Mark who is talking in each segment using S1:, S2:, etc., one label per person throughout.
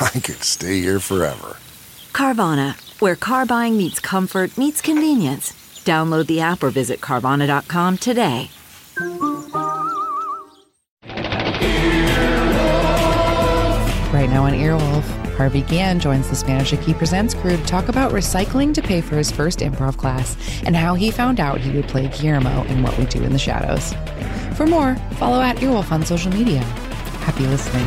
S1: I could stay here forever.
S2: Carvana, where car buying meets comfort, meets convenience. Download the app or visit Carvana.com today.
S3: Right now on Earwolf, Harvey Gann joins the Spanish Key Presents crew to talk about recycling to pay for his first improv class and how he found out he would play Guillermo in What We Do in the Shadows. For more, follow at Earwolf on social media. Happy listening.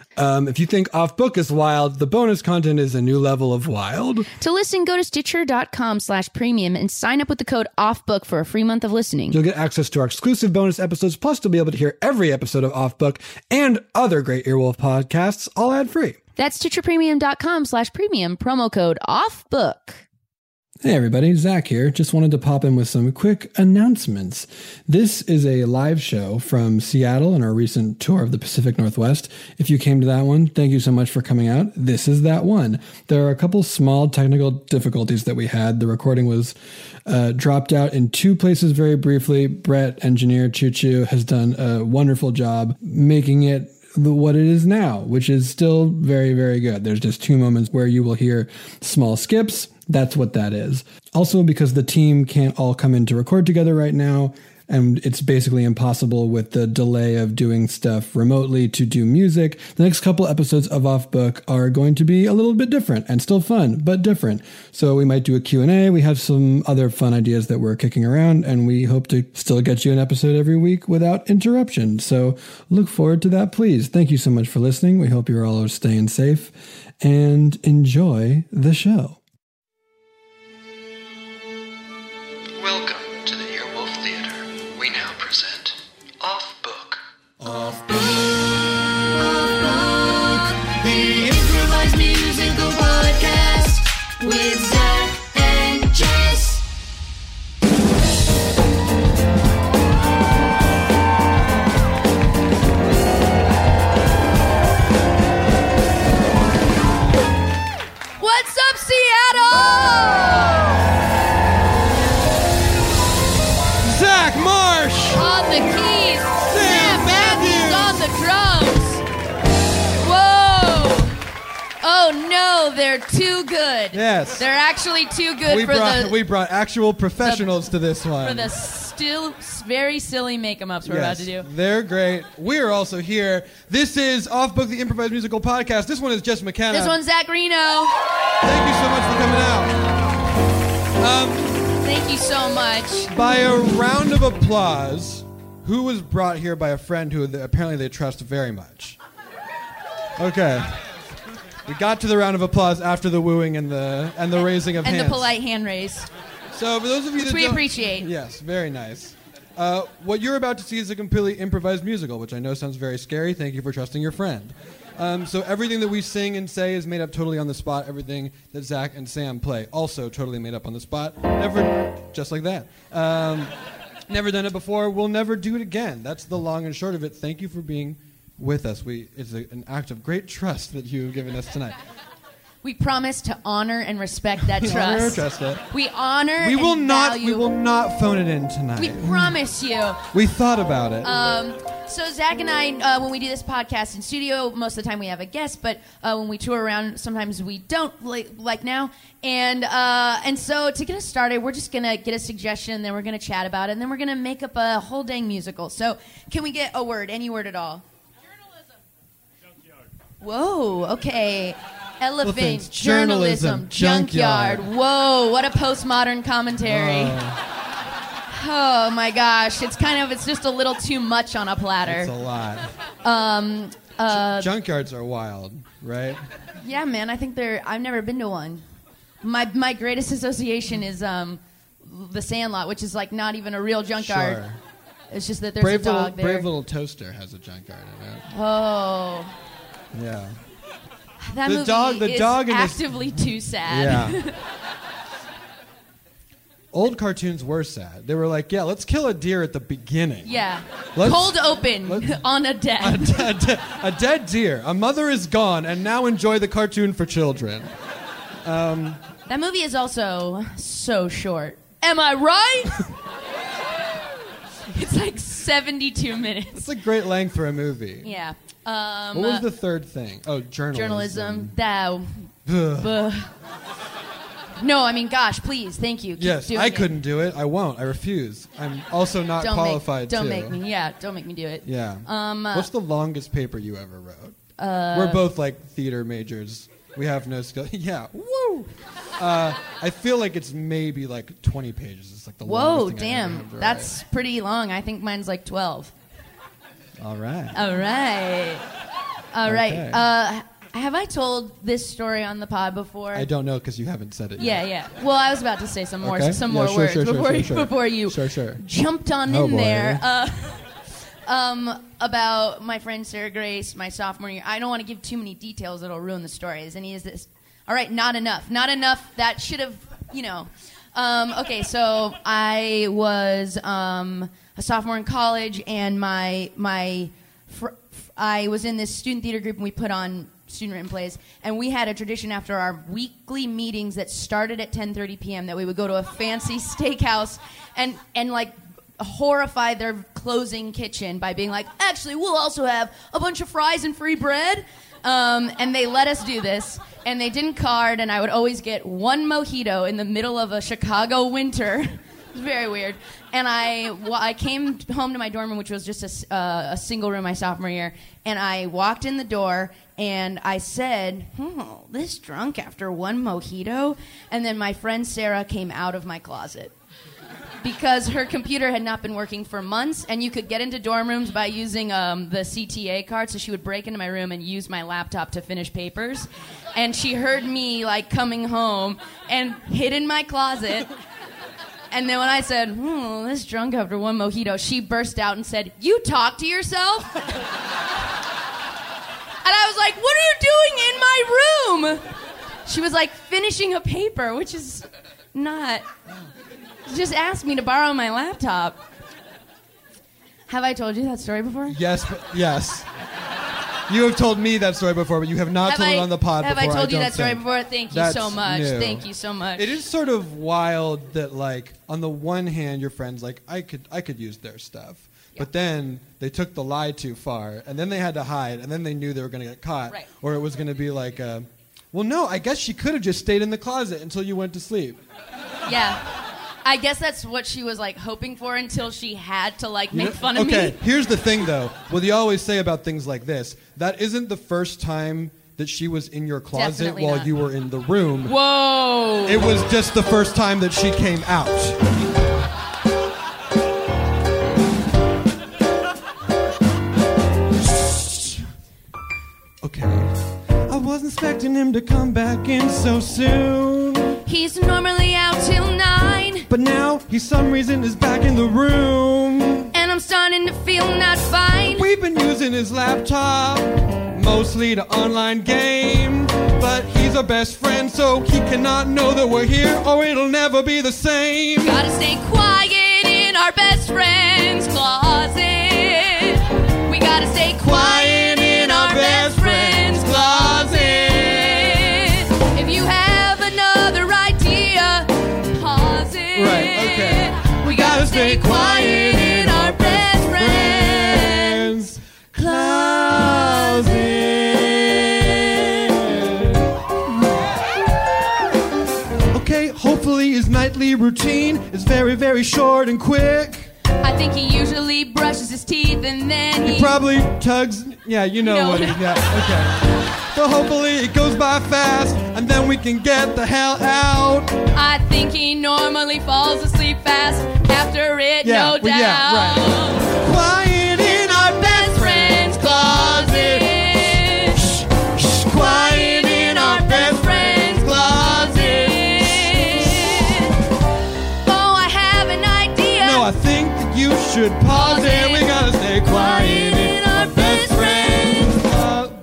S4: Um, if you think off book is wild, the bonus content is a new level of wild.
S5: to listen, go to stitcher.com slash premium and sign up with the code OFFBOOK for a free month of listening.
S4: You'll get access to our exclusive bonus episodes, plus you'll be able to hear every episode of Off Book and other great Earwolf podcasts, all ad free.
S5: That's stitcherpremium.com slash premium, promo code OFFBOOK.
S4: Hey everybody, Zach here. Just wanted to pop in with some quick announcements. This is a live show from Seattle and our recent tour of the Pacific Northwest. If you came to that one, thank you so much for coming out. This is that one. There are a couple small technical difficulties that we had. The recording was uh, dropped out in two places very briefly. Brett, engineer Choo Choo, has done a wonderful job making it the, what it is now, which is still very, very good. There's just two moments where you will hear small skips. That's what that is. Also, because the team can't all come in to record together right now, and it's basically impossible with the delay of doing stuff remotely to do music. The next couple episodes of Off Book are going to be a little bit different and still fun, but different. So we might do a Q&A. We have some other fun ideas that we're kicking around and we hope to still get you an episode every week without interruption. So look forward to that, please. Thank you so much for listening. We hope you're all staying safe and enjoy the show.
S6: Welcome to the Earwolf Theater. We now present Off Book.
S7: The improvised musical podcast with Zach and Jess.
S5: What's up, Seattle?
S4: Zach Marsh!
S5: On the keys, Sam Matthews on the drums. Whoa. Oh, no, they're too good.
S4: Yes.
S5: They're actually too good for the...
S4: brought actual professionals to this one.
S5: for the still s- very silly make em ups we're about to do.
S4: They're great. We're also here. This is Off Book, the improvised musical podcast. This one is Jess McKenna.
S5: This one's Zach Reno.
S4: Thank you so much for coming out.
S5: Thank you so much.
S4: By a round of applause, who was brought here by a friend who th- apparently they trust very much? Okay. We got to the round of applause after the wooing and the and the raising of
S5: And
S4: hands.
S5: the polite hand raise.
S4: So for those of you that
S5: we
S4: don't-
S5: appreciate.
S4: yes, very nice. Uh, what you're about to see is a completely improvised musical, which I know sounds very scary. Thank you for trusting your friend. Um, so everything that we sing and say is made up totally on the spot. Everything that Zach and Sam play also totally made up on the spot. Never, just like that. Um, never done it before. We'll never do it again. That's the long and short of it. Thank you for being with us. We it's a, an act of great trust that you have given us tonight.
S5: We promise to honor and respect that
S4: We honor
S5: trust.
S4: and trust it.
S5: We honor.
S4: We will
S5: and
S4: not.
S5: Value.
S4: We will not phone it in tonight.
S5: We promise you.
S4: We thought about it.
S5: Um, so Zach and I, uh, when we do this podcast in studio, most of the time we have a guest, but uh, when we tour around, sometimes we don't, like, like now. And uh, and so to get us started, we're just gonna get a suggestion, then we're gonna chat about it, and then we're gonna make up a whole dang musical. So can we get a word, any word at all? Whoa, okay. Elephant,
S4: Elephants,
S5: journalism,
S4: journalism,
S5: junkyard.
S4: junkyard.
S5: Whoa, what a postmodern commentary.
S4: Uh,
S5: Oh my gosh, it's kind of it's just a little too much on a
S4: It's a
S5: platter.
S4: lot.
S5: Um, uh,
S4: Junkyards are wild, right?
S5: yeah, man, I think they're. I've never been to one. My my greatest association is um, the Sandlot, which is like not even a real junkyard.
S4: Sure.
S5: It's just that there's
S4: Brave
S5: a dog
S4: little,
S5: there.
S4: Brave Little Toaster has a junkyard in it.
S5: Oh,
S4: Yeah.
S5: that
S4: The
S5: movie
S4: dog- the
S5: is
S4: dog in this-
S5: actively too sad.
S4: Yeah. Old cartoons were sad. They were like, yeah, let's kill a deer at the beginning.
S5: Yeah.
S4: Let's-
S5: Cold open
S4: let's-
S5: on a deck.
S4: A, de- a de- a dead deer. A mother is gone, and now enjoy the cartoon for children.
S5: That movie is also so short. Am I right? it's like 72 minutes.
S4: It's a great length for a movie.
S5: Yeah. Um,
S4: What was
S5: uh,
S4: the third thing? Oh, journalism.
S5: journalism? That.
S4: Journalism.
S5: buh. No, I mean, gosh, please, thank you. Keep
S4: Yes,
S5: doing
S4: I
S5: it.
S4: couldn't do it. I won't. I refuse. I'm also not
S5: Don't
S4: qualified
S5: Make, don't
S4: to.
S5: make me. Yeah, don't make me do it.
S4: Yeah.
S5: Um, uh,
S4: What's the longest paper you ever wrote? Uh, We're both like theater majors. We have no skill. yeah. Woo. Uh, I feel like it's maybe like 20 pages. It's like the
S5: Whoa,
S4: longest thing I ever
S5: damn,
S4: had to write.
S5: that's pretty long. I think mine's like 12.
S4: all right.
S5: All right. All right.
S4: Okay.
S5: Uh, have I told this story on the pod before?
S4: I don't know because you haven't said it.
S5: Yeah,
S4: yet.
S5: yeah. Well, I was about to say some more
S4: Okay.
S5: some
S4: Yeah,
S5: more
S4: sure,
S5: words
S4: sure, sure,
S5: before
S4: sure,
S5: you-
S4: sure.
S5: before you
S4: Sure, sure.
S5: jumped on
S4: Oh,
S5: in
S4: boy.
S5: there. Uh, um, about my friend Sarah Grace, my sophomore year. I don't want to give too many details; it'll ruin the story. As any is this? All right, not enough. Not enough. That should have, you know. Um, okay, so I was um, a sophomore in college, and my my fr- f- I was in this student theater group, and we put on student written plays, and we had a tradition after our weekly meetings that started at 10:30 p.m. that we would go to a fancy steakhouse and and like horrify their closing kitchen by being like, actually, we'll also have a bunch of fries and free bread. Um, and they let us do this, and they didn't card, and I would always get one mojito in the middle of a Chicago winter. It was very weird. And I, wa- I came home to my dorm room, which was just a, s- uh, a single room my sophomore year, and I walked in the door, and I said, oh, this drunk after one mojito? And then my friend Sarah came out of my closet because her computer had not been working for months, and you could get into dorm rooms by using um, the CTA card. So she would break into my room and use my laptop to finish papers. And she heard me like coming home and hid in my closet. And then when I said, "Hmm, this drunk after one mojito," she burst out and said, "You talk to yourself." and I was like, "What are you doing in my room?" She was like finishing a paper, which is not just asked me to borrow my laptop. Have I told you that story before?
S4: Yes. But, yes. You have told me that story before, but you have not
S5: have
S4: told
S5: I,
S4: it on the pod
S5: have
S4: before.
S5: I told you
S4: don't
S5: that story
S4: think.
S5: before? Thank you
S4: That's
S5: so much.
S4: new.
S5: Thank you so much.
S4: It is sort of wild that like on the one hand your friends like I could I could use their stuff. But then they took the lie too far and then they had to hide and then they knew they were going to get caught
S5: Right.
S4: or it was going to be like uh, well no, I guess she could have just stayed in the closet until you went to sleep.
S5: Yeah. I guess that's what she was like hoping for until she had to like
S4: You
S5: make
S4: know-
S5: fun of
S4: okay,
S5: me.
S4: here's the thing though. What you always say about things like this, that isn't the first time that she was in your closet
S5: Definitely
S4: while
S5: not.
S4: you were in the room.
S5: Whoa.
S4: It was just the first time that she came out. Okay. I wasn't expecting him to come back in so soon.
S5: He's normally out till nine,
S4: But now, he some reason is back in the room.
S5: and I'm starting to feel not fine.
S4: We've been using his laptop mostly to online game. But he's our best friend, so he cannot know that we're here, or it'll never be the same.
S5: Gotta stay quiet in our best friend's closet. We gotta stay quiet in our best friend's closet. If you have another idea, pause it.
S4: Right, okay.
S5: We gotta stay quiet in our best friend's
S4: Okay, hopefully his nightly routine is very, very short and quick.
S5: I think he usually brushes his teeth and then he.
S4: He probably tugs. Yeah, you know
S5: No.
S4: what. He, yeah, okay. So hopefully it goes by fast, and then we can get the hell out.
S5: I think he normally falls asleep fast after it,
S4: Yeah,
S5: no doubt.
S4: well, yeah, right. Quiet in our
S5: Best friend's closet.
S4: Shh, Quiet in our best friend's closet.
S5: Oh, I have an idea.
S4: No, I think that you should pause it. We gotta stay quiet in our best friend's closet.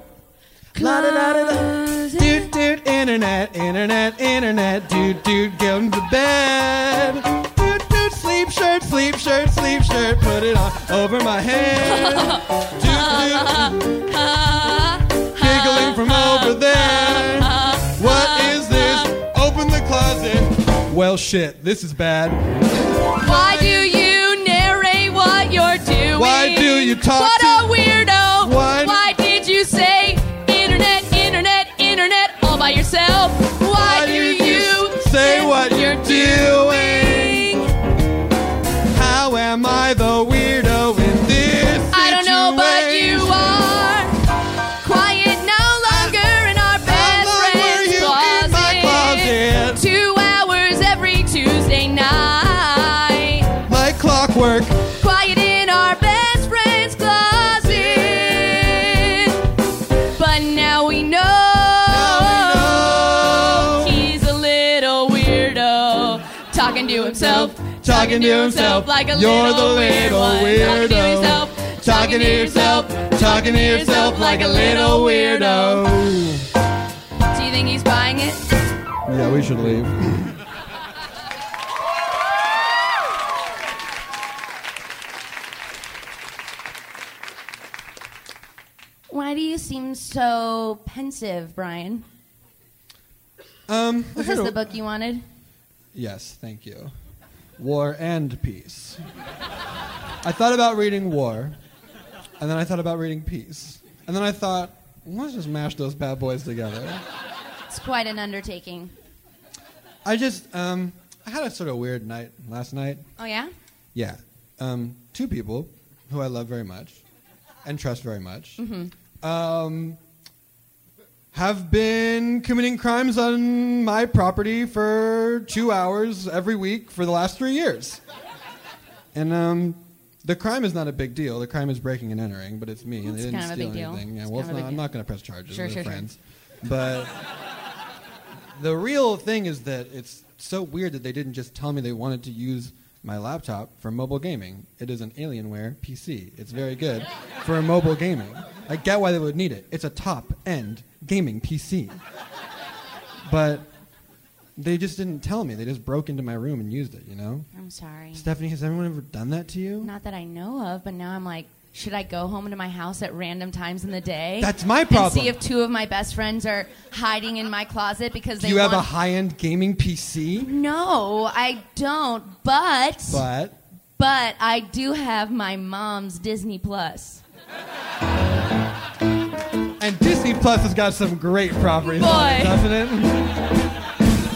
S4: La da da da da. Dude, dude, internet, internet, internet. Dude, dude, going to bed. Dude, dude, sleep shirt, sleep shirt, sleep shirt. Put it on over my head. Dude, dude,
S5: Uh,
S4: giggling from over there. What is this? Open the closet. Well, shit, this is bad.
S5: Why do you narrate what you're doing?
S4: Why do you talk
S5: What
S4: to-
S5: a weirdo!
S4: Why-
S5: Why did you say internet, internet, internet all by yourself? Why, do you
S4: say what you're doing?
S5: doing?
S4: How am I the weirdo in this?
S5: I don't know, but you
S4: situation?
S5: are quiet no longer in our
S4: How
S5: best
S4: long were
S5: friend's
S4: you in my closet?
S5: Two hours every Tuesday night.
S4: Like clockwork.
S5: Quiet in our best friend's closet. But now we know. Oh.
S4: Now we know.
S5: He's a little weirdo. Talking to himself.
S4: Talking to himself
S5: like a
S4: You're
S5: little
S4: the
S5: weird
S4: little
S5: one. Talking to
S4: weirdo.
S5: yourself.
S4: Talking to yourself, talking to yourself like a little weirdo.
S5: Do you think he's buying it?
S4: Yeah, we should leave.
S5: Why do you seem so pensive, Brian?
S4: Um,
S5: Was this the book you wanted?
S4: Yes, thank you. War and Peace. I thought about reading War, and then I thought about reading Peace. And then I thought, let's just mash those bad boys together.
S5: It's quite an undertaking.
S4: I just, um, I had a sort of weird night last night.
S5: Oh, yeah?
S4: Yeah. Um, two people who I love very much and trust very much
S5: Mm-hmm.
S4: um, have been committing crimes on my property for two hours every week for the last three years. And um, the crime is not a big deal. The crime is breaking and entering, but it's me. and they
S5: It's
S4: didn't
S5: kind of a
S4: steal
S5: big deal.
S4: anything. Yeah,
S5: It's
S4: well,
S5: kind of a
S4: it's not,
S5: big
S4: I'm
S5: deal.
S4: not going to press charges.
S5: Sure,
S4: We're
S5: sure, sure.
S4: friends. But the real thing is that it's so weird that they didn't just tell me they wanted to use my laptop for mobile gaming. It is an Alienware PC. It's very good for mobile gaming. I get why they would need it. It's a top end gaming PC. But they just didn't tell me. They just broke into my room and used it, you know?
S5: I'm sorry.
S4: Stephanie, has anyone ever done that to you?
S5: Not that I know of, but now I'm like, should I go home to my house at random times in the day?
S4: That's my
S5: And
S4: problem.
S5: see if two of my best friends are hiding in my closet because
S4: Do
S5: they
S4: you have a
S5: want-
S4: high end gaming PC?
S5: No, I don't. But,
S4: But
S5: but I do have my mom's Disney Plus.
S4: And Disney Plus has got some great properties, on it,
S5: Boy.
S4: doesn't it?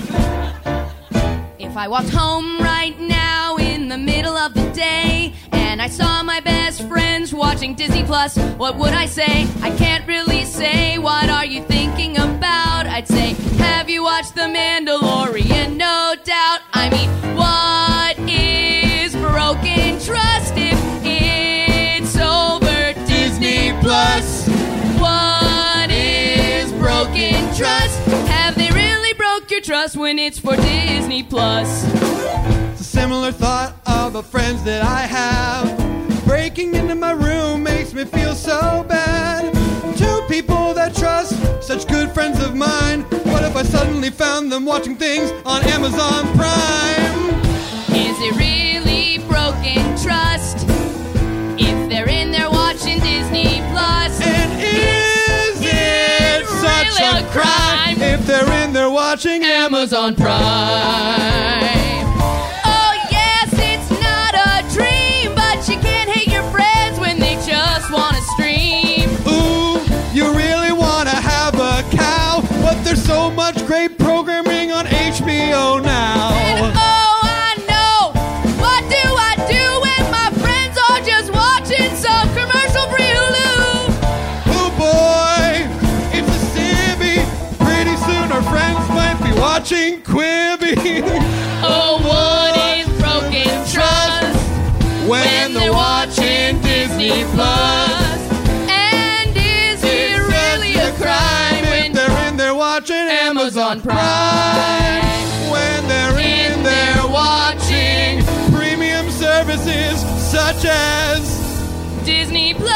S5: If I walked home right now in the middle of the day and I saw my best friends watching Disney Plus, what would I say? I can't really say. What are you thinking about? I'd say, Have you watched The Mandalorian? No doubt. I mean, what is broken trust if it's over Disney Plus? What is broken trust? Have they really broke your trust when it's for Disney Plus?
S4: It's a similar thought of the friends that I have. Breaking into my room makes me feel so bad. Two people that trust, such good friends of mine. What if I suddenly found them watching things on Amazon Prime?
S5: Is it really broken trust? If they're in there watching Disney Plus,
S4: And is it such
S5: really
S4: a
S5: a
S4: crime
S5: crime?
S4: if they're in there watching Amazon
S5: Prime. Oh, yes, it's not a dream, but you can't hate your friends when they just want to stream.
S4: watching Quibi.
S8: Oh, what is broken trust
S4: when they're watching Disney Plus.
S8: And is it really a crime
S4: If
S8: when
S4: they're in there watching Amazon Prime. When they're in there watching premium services such as
S8: Disney Plus,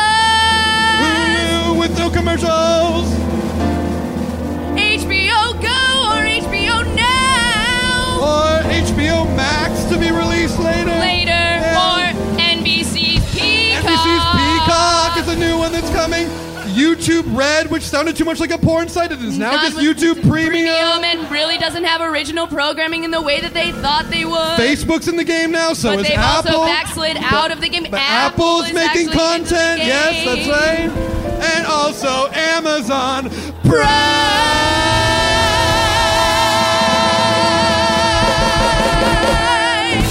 S4: Hulu with no commercials.
S8: HBO Go, or HBO Now?
S4: or HBO Max to be released later.
S8: Later,
S4: Yeah.
S8: or NBC's Peacock?
S4: NBC's Peacock is a new one that's coming. YouTube Red, which sounded too much like a porn site, it is now
S8: Not
S4: just
S8: with-
S4: YouTube Premium.
S8: Premium and really doesn't have original programming in the way that they thought they would.
S4: Facebook's in the game now, so
S8: but
S4: is
S8: they've
S4: Apple.
S8: also backslid out of the game.
S4: But
S8: Apple
S4: Apple's
S8: is
S4: making
S8: actually in the
S4: content.
S8: game.
S4: Yes, that's right. And also Amazon Prime.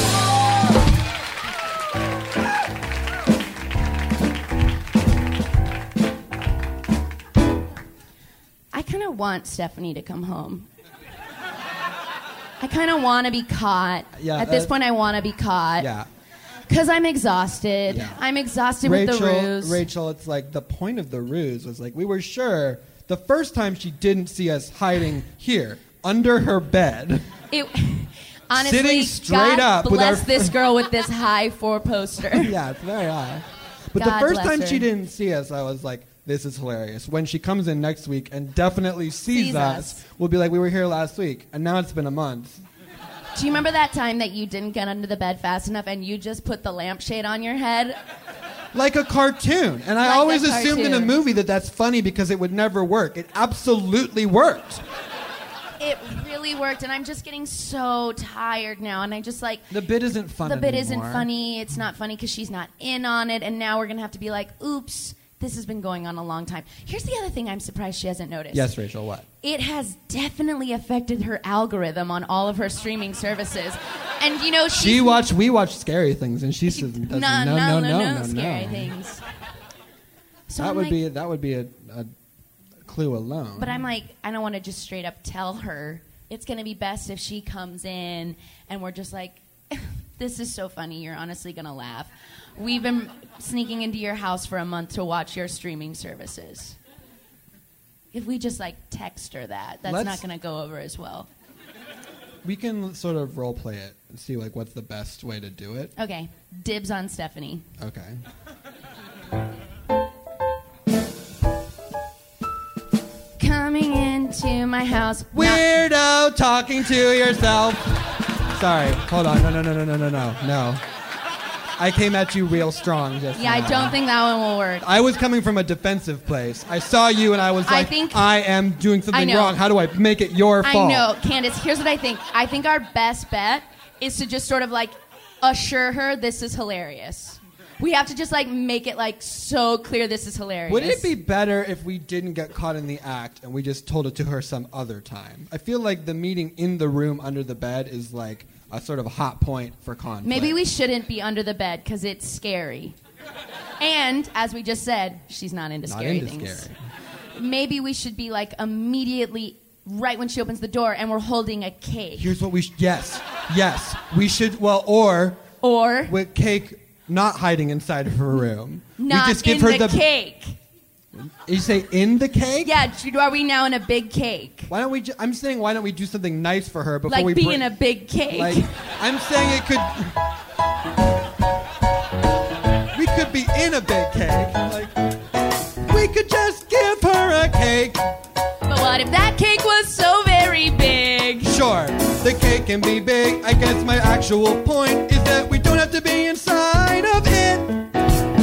S5: I kind of want Stephanie to come home. I kind of want to be caught.
S4: Yeah,
S5: At this
S4: uh,
S5: point, I want to be caught.
S4: Yeah.
S5: Because I'm exhausted.
S4: Yeah.
S5: I'm exhausted with the
S4: Rachel,
S5: ruse.
S4: Rachel, it's like the point of the ruse was like we were sure the first time she didn't see us hiding here under her bed.
S5: It, honestly,
S4: Sitting straight
S5: God
S4: up with
S5: bless
S4: our-
S5: this girl with this high four poster.
S4: yeah, it's very odd. But
S5: God
S4: the first
S5: bless
S4: time
S5: her.
S4: she didn't see us, I was like, this is hilarious. When she comes in next week and definitely sees,
S5: Sees
S4: us,
S5: us.
S4: we'll be like, we were here last week, and now it's been a month.
S5: Do you remember that time that you didn't get under the bed fast enough and you just put the lampshade on your head?
S4: Like a cartoon. And I
S5: Like a
S4: always assumed in a
S5: cartoon.
S4: movie that that's funny because it would never work. It absolutely worked.
S5: It really worked, and I'm just getting so tired now. And I just like
S4: The bit isn't funny.
S5: the bit isn't funny. It's not funny because she's not in on it, and now we're gonna have to be like, "Oops, this has been going on a long time." Here's the other thing: I'm surprised she hasn't noticed.
S4: Yes, Rachel, what?
S5: it has definitely affected her algorithm on all of her streaming services, and you know
S4: She
S5: she's
S4: watched. We watched scary things, and she says, doesn't,
S5: no,
S4: no, no, no, no, no,
S5: scary things. So
S4: That
S5: I'm
S4: would
S5: like,
S4: be that would be a, a clue alone.
S5: But I'm like, I don't want to just straight up tell her. It's going to be best if she comes in and we're just like, this is so funny. You're honestly going to laugh. We've been sneaking into your house for a month to watch your streaming services. If we just like text her that, that's
S4: Let's-
S5: not going to go over as well.
S4: we can sort of role play it and see like what's the best way to do it.
S5: Okay, dibs on Stephanie.
S4: Okay.
S5: Coming into my house. not-
S4: Weirdo talking to yourself. Sorry. Hold on. No, no, no, no, no, no, no, no. I came at you real strong just
S5: yeah, I
S4: now.
S5: don't think that one will work.
S4: I was coming from a defensive place. I saw you and I was
S5: I
S4: like, I,
S5: think-
S4: am doing something
S5: know.
S4: wrong. How do I make it your
S5: I
S4: fault?
S5: know, Candace. Here's what I think. I think our best bet is to just sort of like assure her this is hilarious. We have to just like make it like so clear this is hilarious.
S4: Would it be better if we didn't get caught in the act and we just told it to her some other time? I feel like the meeting in the room under the bed is like a sort of hot point for conflict.
S5: Maybe we shouldn't be under the bed because it's scary. And as we just said, she's not into
S4: not
S5: scary
S4: into
S5: things.
S4: scary.
S5: Maybe we should be like immediately right when she opens the door and we're holding a cake
S4: Here's what we sh- yes, yes we should. Well, or
S5: or
S4: with cake not hiding inside of her room.
S5: not
S4: we just
S5: in
S4: give her
S5: the, cake.
S4: You say in the cake.
S5: Yeah, are we now in a big cake?
S4: Why don't we? Ju- I'm saying why don't we do something nice for her before
S5: Like
S4: we
S5: be in
S4: bring-
S5: a big cake.
S4: Like, I'm saying it could. We could be in a big cake. Like, we could just give her a cake.
S5: But what if that cake was so very big?
S4: Sure, the cake can be big. I guess my actual point is that we don't have to be inside of it.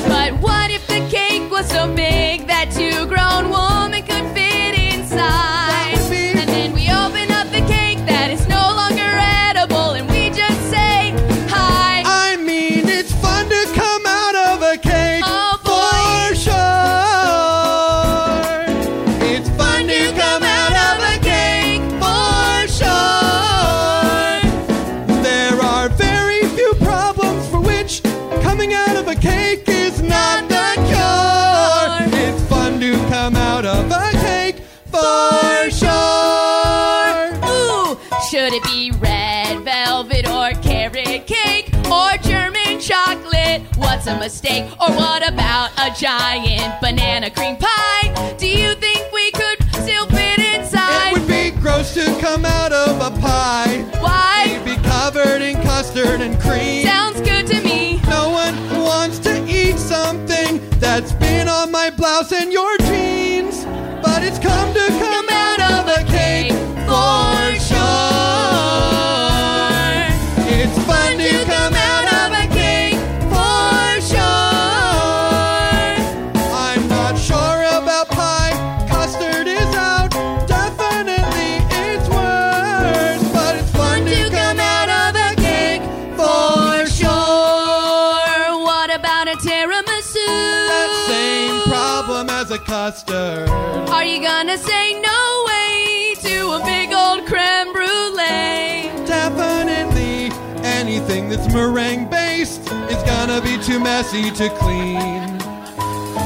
S5: But what if the cake was so big that two grown women could fit inside?
S4: That would be-
S5: And then we open up the cake that is no longer edible and we just say hi.
S4: I mean, it's fun to come out of a cake.
S5: Oh,
S4: For sure. It's fun to come out of a cake. For sure. There are very few problems for which coming out of a cake is not the cure. It's
S5: Would it be red velvet or carrot cake or German chocolate? What's a mistake? Or what about a giant banana cream pie? Do you think we could still fit
S4: It
S5: inside?
S4: would be gross to come out of a pie.
S5: Why?
S4: It'd be covered in custard and cream.
S5: Sounds good to me.
S4: No one wants to eat something that's been on my blouse and your jeans. But it's come to come out of a cake for sure. It's fun to come out of a cake for sure. I'm not sure about pie. Custard is out. Definitely it's worse. But it's fun to come out of a cake for sure.
S5: Or what about a tiramisu?
S4: That same problem as a custard.
S5: Are you gonna say no way to a big old creme brulee?
S4: Definitely anything that's meringue based is gonna be too messy to clean.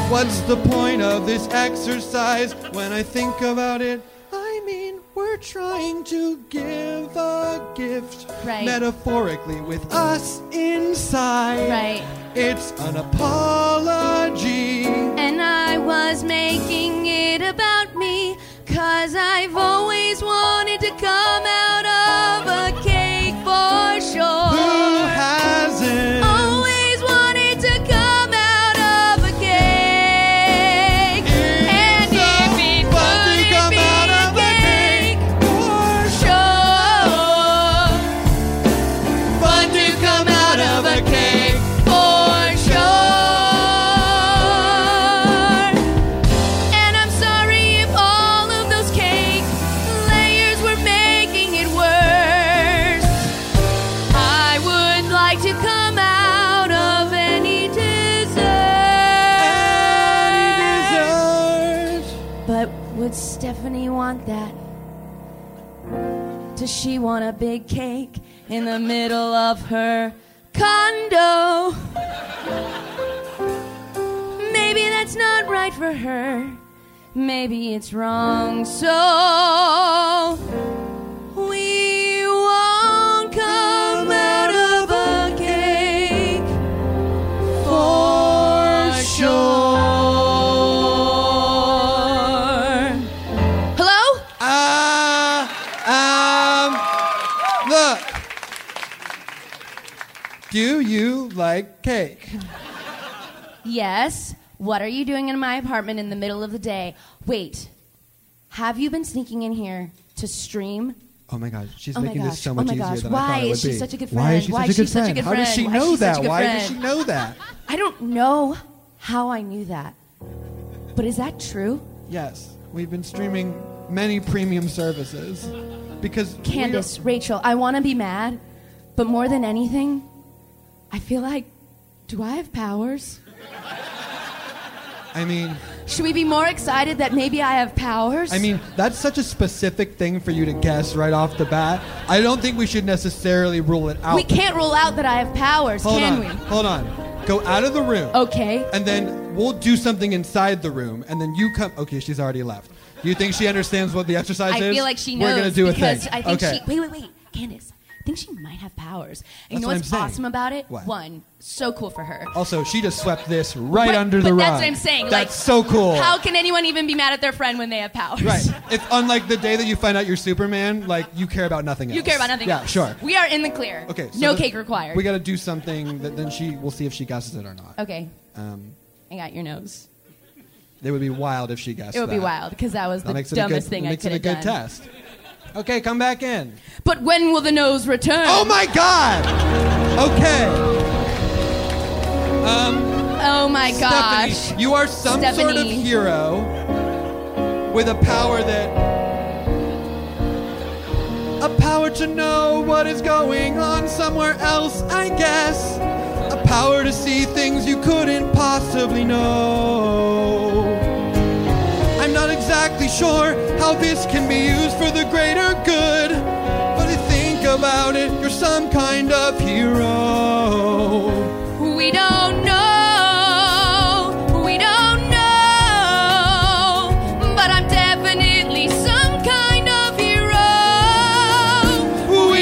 S4: What's the point of this exercise when I think about it? I mean, we're trying to give a gift
S9: Right.
S4: metaphorically with us inside.
S9: Right.
S4: It's an apology.
S5: And I was making it about me, cause I've always wanted to come out of a cake for
S4: Who
S5: sure.
S4: hasn't?
S5: Always wanted to come out of a cake. And if it
S4: fun to
S5: couldn't
S4: come
S5: be
S4: out
S5: a
S4: of a
S5: cake,
S4: For sure.
S5: sure.
S4: Fun to come out of a cake.
S5: for sure. And I'm sorry if all of those cake layers were making it worse. I would like to come out of any dessert. But would Stephanie want that? Does she want a big cake in the middle of her condo? Maybe that's not right for her. Maybe it's wrong, so we won't come out of a cake for sure. Hello?
S4: Ah, um, look. Do you like cake?
S9: Yes. What are you doing in my apartment in the middle of the day? Wait. Have you been sneaking in here to stream?
S4: Oh my gosh, she's
S9: Oh my
S4: making this
S9: gosh,
S4: so
S9: oh
S4: much
S9: my
S4: easier
S9: gosh,
S4: than I
S9: why
S4: thought it would
S9: is she
S4: be.
S9: such a good
S4: Why is she
S9: friend? Why
S4: such a
S9: is she
S4: good
S9: such a
S4: friend?
S9: good
S4: How does
S9: friend?
S4: she
S9: Why is
S4: know
S9: she such a
S4: that?
S9: good
S4: Why does
S9: friend?
S4: she know that?
S9: I don't know how I knew that. But is that true?
S4: Yes, we've been streaming many premium services because we
S9: Candace, Rachel, I want to be mad, but more than anything, I feel like do I have powers?
S4: don't- I mean,
S9: Should we be more excited that maybe I have powers?
S4: I mean, that's such a specific thing for you to guess right off the bat. I don't think we should necessarily rule it out.
S9: we can't rule out that I have powers,
S4: Hold
S9: can
S4: on.
S9: we?
S4: Hold on. Go out of the room.
S5: Oh.
S9: Okay.
S4: And then we'll do something inside the room, and then you come. Okay, she's already left. You think she understands what the exercise
S9: I
S4: is?
S9: feel like she knows
S4: We're gonna do a
S9: because
S4: thing.
S9: I think
S4: okay.
S9: she. Wait, wait, wait, Candace. I think she might have powers. And
S4: That's
S9: you know
S4: what
S9: what's
S4: I'm saying.
S9: awesome about it?
S4: What?
S9: One, so cool for her.
S4: Also, she just swept this right
S5: But-
S4: under the
S5: but
S4: rug.
S5: that's what I'm saying,
S4: That's
S5: like,
S4: so cool.
S5: How can anyone even be mad at their friend when they have powers?
S4: Oh. Right. It's unlike the day that you find out you're Superman. Like you care about nothing else.
S5: You care about nothing
S4: Yeah,
S5: else.
S4: sure.
S5: We are in the clear.
S4: Okay. so
S5: no
S4: the-
S5: cake required.
S4: We got to do something that then she. We'll see if she guesses it or not.
S5: okay.
S4: Um,
S5: I got your nose.
S4: it would be wild if she guessed.
S5: It would be
S4: that.
S5: wild because that was
S4: That
S5: the
S4: makes it a
S5: dumbest
S4: good,
S5: thing I
S4: makes
S5: could have
S4: it a good
S5: done.
S4: test. Okay, come back in.
S5: But when will the nose return?
S4: Oh my God. Okay. Um,
S5: Oh my gosh.
S4: Stephanie, you are some sort of
S5: Stephanie.
S4: hero with a power that. A power to know what is going on somewhere else, I guess. A power to see things you couldn't possibly know. I'm not exactly sure how this can be used for the greater good, but I think about it, you're some kind of hero.
S5: We don't know. We don't know. But I'm definitely some kind of hero.
S4: Ooh,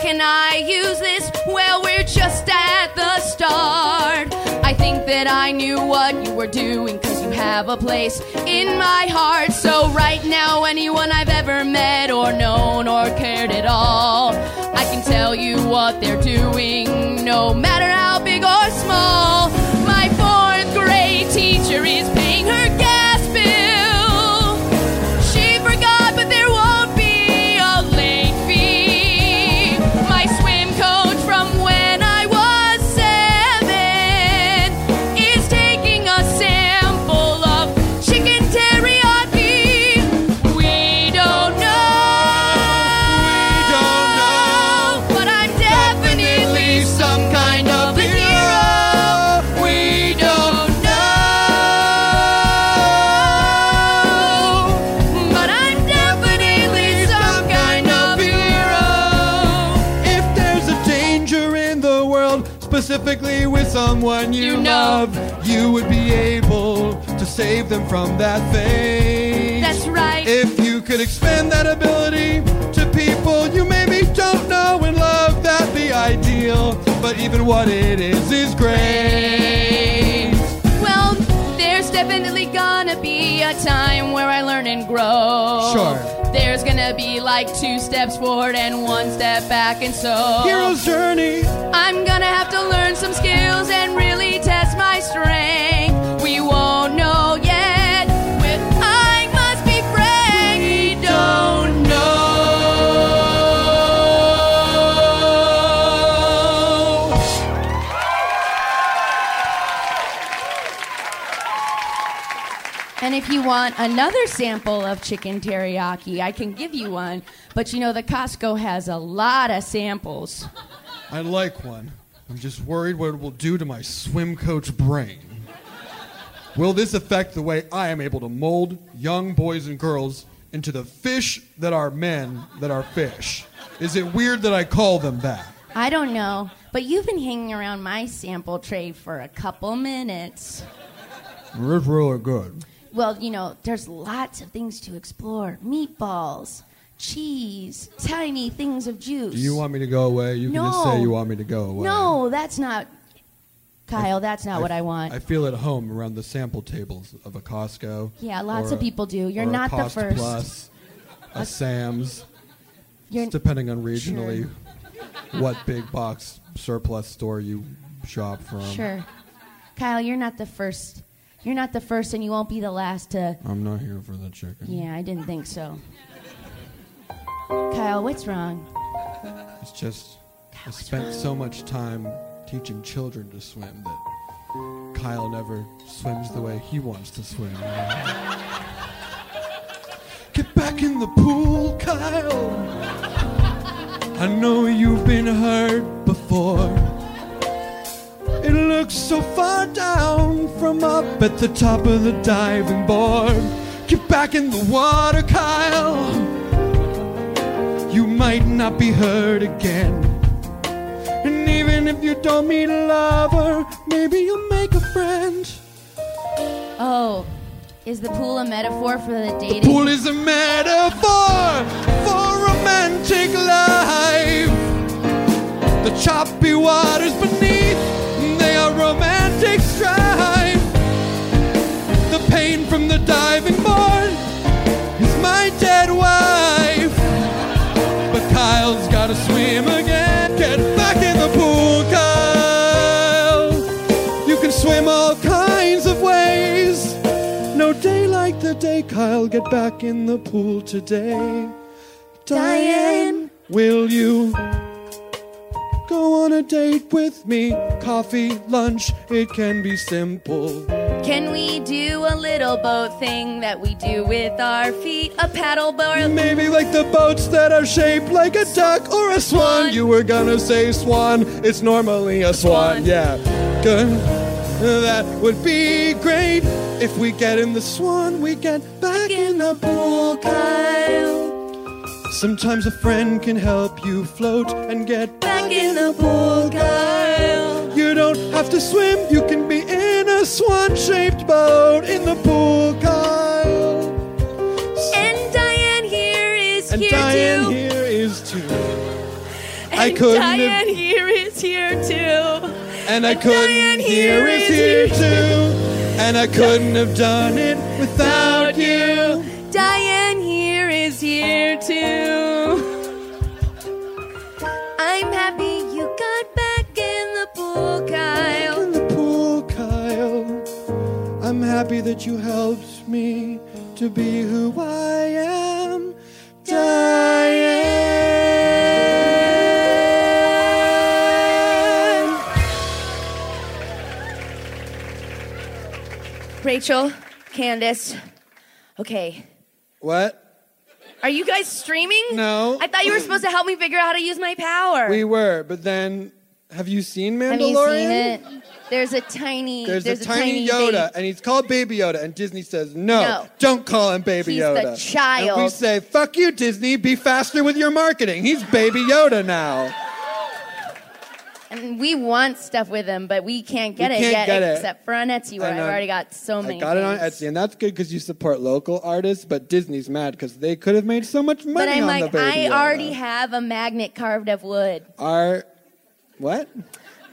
S5: can I use this? Well, we're just at the start. I think that I knew what you were doing because you have a place in my heart. So, right now, anyone I've ever met or known or cared at all, I can tell you what they're doing, no matter how big or small. My fourth grade teacher is paying her gas bill. She forgot, but there won't be a late fee. My swim coach from when I was seven is taking a sample of chicken teriyaki. We don't know,
S4: don't know.
S5: but I'm definitely some kind of a hero. We don't know, but I'm definitely some kind of hero.
S4: If there's a danger in the world, specifically with someone you,
S5: You know.
S4: love, you would be able to save them from that fate.
S5: That's right.
S4: If you could expand that ability to people you maybe don't know and love, that'd be ideal. But even what it is is great.
S5: Well, there's definitely gonna be a time where I learn and grow.
S4: Sure.
S5: There's gonna be like two steps forward and one step back, and so
S4: Hero's journey.
S5: I'm gonna have to learn some skills and really test my strength. We won't know yet. With I must be frank, we don't know.
S10: And if you want another sample of chicken teriyaki, I can give you one. But you know, the Costco has a lot of samples.
S4: I like one. I'm just worried what it will do to my swim coach brain. Will this affect the way I am able to mold young boys and girls into the fish that are men that are fish? Is it weird that I call them that?
S10: I don't know, but you've been hanging around my sample tray for a couple minutes.
S4: It's really good.
S10: Well, you know, there's lots of things to explore meatballs, cheese, tiny things of juice.
S4: Do you want me to go away? You can just say you want me to go away.
S10: No, that's not. Kyle, that's not what I want.
S4: I feel at home around the sample tables of a Costco.
S10: Yeah, lots
S4: or
S10: of
S4: a-
S10: people do. You're
S4: or a
S10: not the
S4: Cost
S10: first.
S4: Plus, a Sam's.
S10: You're-
S4: It's depending on regionally what big box surplus store you shop from.
S10: sure. Kyle, you're not the first. You're not the first, and you won't be the last to.
S4: I'm not here for the chicken.
S10: Yeah, I didn't think so. Kyle, what's wrong?
S4: It's just I spent so much time teaching children to swim that Kyle never swims the way he wants to swim. Get back in the pool, Kyle. I know you've been hurt before. It looks so far down from up at the top of the diving board. Get back in the water, Kyle you might not be hurt again. And even if you don't meet a lover, maybe you'll make a friend.
S10: Oh, is the pool a metaphor for the dating?
S4: Pool is a metaphor for romantic life. The choppy waters beneath, they are romantic strife. The pain from the diving board is my dead wife. But Kyle's gotta swim again. Get back in the pool, Kyle. You can swim all kinds of ways. No day like the day, Kyle. Get back in the pool today. Diane, will you go on a date with me? Coffee, lunch, it can be simple.
S5: Can we do a little boat thing that we do with our feet? A paddle bar.
S4: Maybe like the boats that are shaped like a duck or a swan. You were gonna say swan, it's normally a swan,
S5: Swan.
S4: yeah. Good. That would be great if we get in the swan, we get back in the pool, Kyle. Sometimes a friend can help you float and get back in the pool, Kyle. You don't have to swim, you can be in a swan shaped boat in the pool, Kyle.
S5: And Diane here is
S4: And
S5: here
S4: Diane
S5: too.
S4: here is too.
S5: And,
S4: I couldn't have-
S8: Diane here is here too.
S4: And I couldn't hear is here too. And I couldn't have done it without you.
S8: Diane here is here too. I'm happy you got back in the pool, Kyle.
S4: In the pool, Kyle. I'm happy that you helped me to be who I am. Diane.
S8: Rachel, Candace. Okay.
S4: What?
S8: Are you guys streaming?
S4: No.
S8: I thought you were supposed to help me figure out how to use my power.
S4: We were, but then have you seen Mandalorian?
S5: Have you seen it? There's a tiny.
S4: There's, a, tiny,
S5: baby.
S4: Yoda, and he's called Baby Yoda, and Disney says, no,
S5: No.
S4: don't call him Baby
S5: He's the
S4: Yoda. And we
S5: child.
S4: say, fuck you, Disney, be faster with your marketing. He's Baby Yoda now.
S5: And we want stuff with him, but we can't get
S4: We
S5: it
S4: can't
S5: yet,
S4: get it.
S5: except for on Etsy, where
S4: And
S5: I've
S4: on-
S5: already got so
S4: I
S5: many.
S4: got it on
S5: things.
S4: Etsy, and that's good because you support local artists, but Disney's mad because they could have made so much money
S5: But I'm
S4: on
S5: like,
S4: the Baby
S5: I
S4: Yoda.
S5: already have a magnet carved of wood.
S4: Our, what?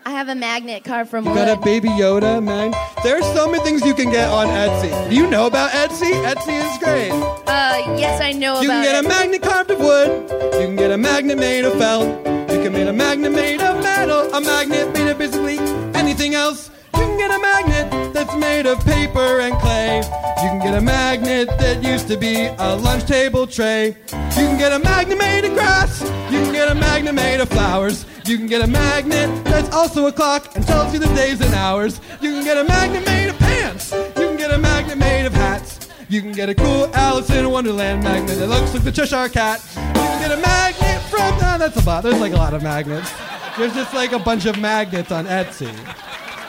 S5: I have a magnet carved from
S4: You
S5: wood.
S4: got a Baby Yoda, man? There's so many things you can get on Etsy. Do you know about Etsy? Etsy is great.
S5: uh, yes, I know
S4: You
S5: about
S4: can get
S5: it.
S4: a magnet carved of wood. You can get a magnet made of felt. You can get a magnet made of metal. A magnet made of basically anything else. You can get a magnet that's made of paper and clay. You can get a magnet that used to be a lunch table tray. You can get a magnet made of grass. You can get a magnet made of flowers. You can get a magnet that's also a clock and tells you the days and hours. You can get a magnet made of pants. You can get a magnet made of hats. You can get a cool Alice in Wonderland magnet that looks like the Cheshire Cat. You can get a magnet from. Oh, that's a lot. There's like a lot of magnets. There's just like a bunch of magnets on Etsy.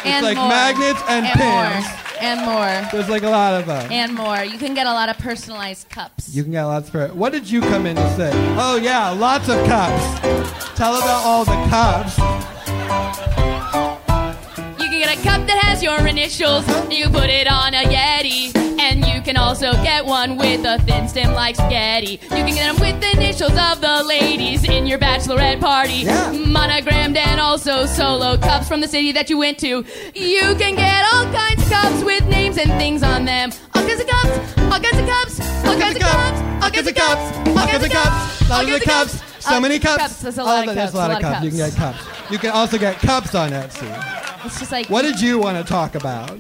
S5: and
S4: like
S5: more.
S4: magnets and pins.
S5: More. And more.
S4: There's like a lot of them.
S5: And more. You can get a lot of personalized cups.
S4: You can get lots for it. What did you come in to say? Oh yeah, lots of cups. Tell about all the cups.
S8: You can get a cup that has your initials. You can put it on a Yeti. And you can also get one with a thin stem like spaghetti. You can get them with the initials of the ladies in your bachelorette party.
S4: Yeah.
S8: Monogrammed and also solo cups from the city that you went to. You can get all kinds of cups with names and things on them. All kinds of cups, all kinds of cups, all kinds of cups, all kinds of cups, all kinds of cups, all
S4: lots
S8: kinds
S4: of
S8: of cups.
S4: cups, so many cups.
S8: There's a
S4: All
S8: lot
S4: that-
S8: of
S4: There's
S8: cups.
S4: a lot of cups. You can get cups. You can also get cups on Etsy.
S8: It's just like
S4: What did you want to talk about?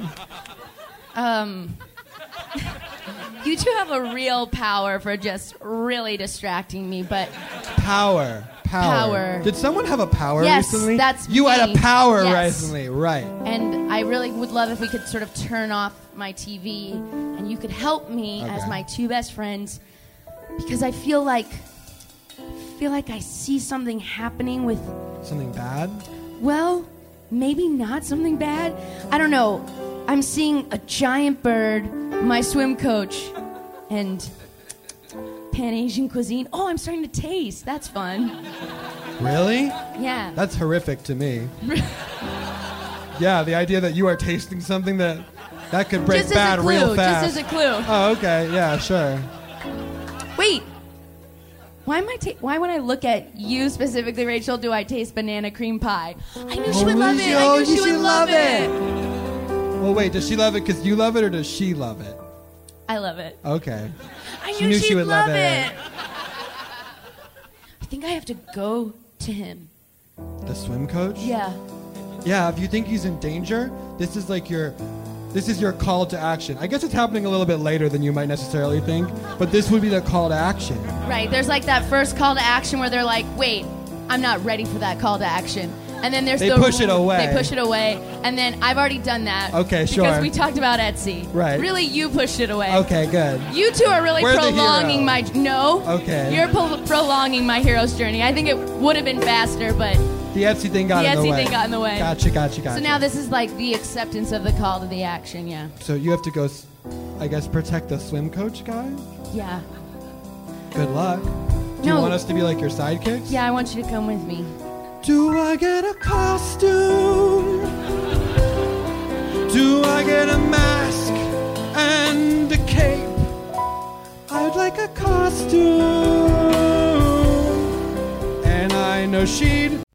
S8: Um, you two have a real power for just really distracting me, but
S4: Power. Power.
S8: Power.
S4: Did someone have a power
S8: Yes,
S4: recently?
S8: that's
S4: you had a
S8: me.
S4: power
S8: Yes.
S4: recently, right?
S5: And I really would love if we could sort of turn off my TV and you could help me as
S4: Okay.
S5: my two best friends because I feel like feel like I see something happening with
S4: Something bad?
S5: well, maybe not something bad. I don't know. I'm seeing a giant bird, my swim coach, and Pan Asian cuisine. Oh, I'm starting to taste. That's fun.
S4: Really?
S5: Yeah.
S4: That's horrific to me. yeah, the idea that you are tasting something that that could break
S8: just
S4: bad
S8: as a clue,
S4: real fast.
S8: just as a clue.
S4: oh, okay. Yeah, sure.
S5: Wait. Why am I ta- why when I look at you specifically, Rachel, do I taste banana cream pie?
S8: I knew she would love it. I
S4: Oh,
S8: knew she,
S4: you
S8: would
S4: should
S8: love
S4: love
S8: it.
S4: Well, wait. Does she love it because you love it, or does she love it?
S8: I love it.
S4: Okay.
S8: I
S4: She
S8: knew,
S4: knew
S8: she'd
S4: she would love
S8: love
S4: it.
S8: it.
S5: I think I have to go to him.
S4: The swim coach.
S5: Yeah.
S4: Yeah. If you think he's in danger, this is like your. This is your call to action. I guess it's happening a little bit later than you might necessarily think, but this would be the call to action.
S5: Right. There's like that first call to action where they're like, "Wait, I'm not ready for that call to action." And then there's
S4: They
S5: the
S4: push it away.
S5: They push it away, and then I've already done that.
S4: Okay, sure.
S5: Because we talked about Etsy.
S4: Right.
S5: Really, you pushed it away.
S4: Okay, good.
S5: You two are really
S4: We're the hero.
S5: prolonging my no.
S4: Okay.
S5: You're pro- prolonging my hero's journey. I think it would have been faster, but
S4: The Etsy thing got
S5: The
S4: in the
S5: Etsy
S4: way.
S5: thing got in the way.
S4: Gotcha, gotcha, gotcha.
S5: so now this is like the acceptance of the call to the action. Yeah.
S4: So you have to go, s- I guess, protect the swim coach guy.
S5: Yeah.
S4: Good luck. Do you
S5: No.
S4: want us to be like your sidekicks?
S5: Yeah. I want you to come with me.
S4: Do I get a costume? Do I get a mask and a cape? I'd like a costume. And I know
S11: no sheed.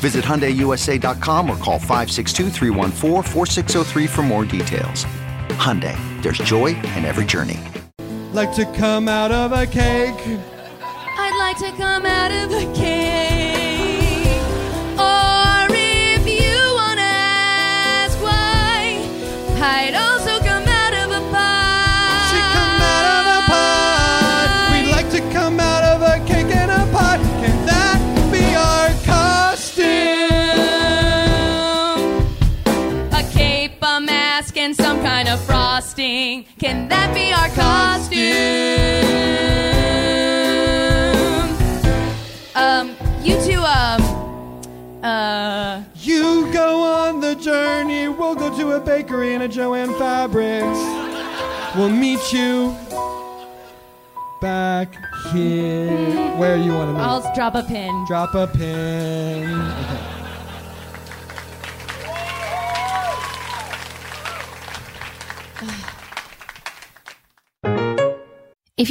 S12: Visit HyundaiUSA.com or call 562-314-4603 for more details. Hyundai, there's joy in every journey.
S11: Like to come out of a cake.
S13: I'd like to come out of a cake. Or if you want to ask why, I'd also come out of a pie.
S11: She come out of a pot. We'd like to come out of a cake in a pot. Can that be our costume?
S13: A cape, a mask, and some kind of frosting. Can that be our costume? Um, you two, um, uh,
S11: You go on the journey. We'll go to a bakery and a Joanne Fabrics. We'll meet you back here. Where you want to meet?
S13: I'll drop a pin.
S11: Drop a pin. Okay.
S5: If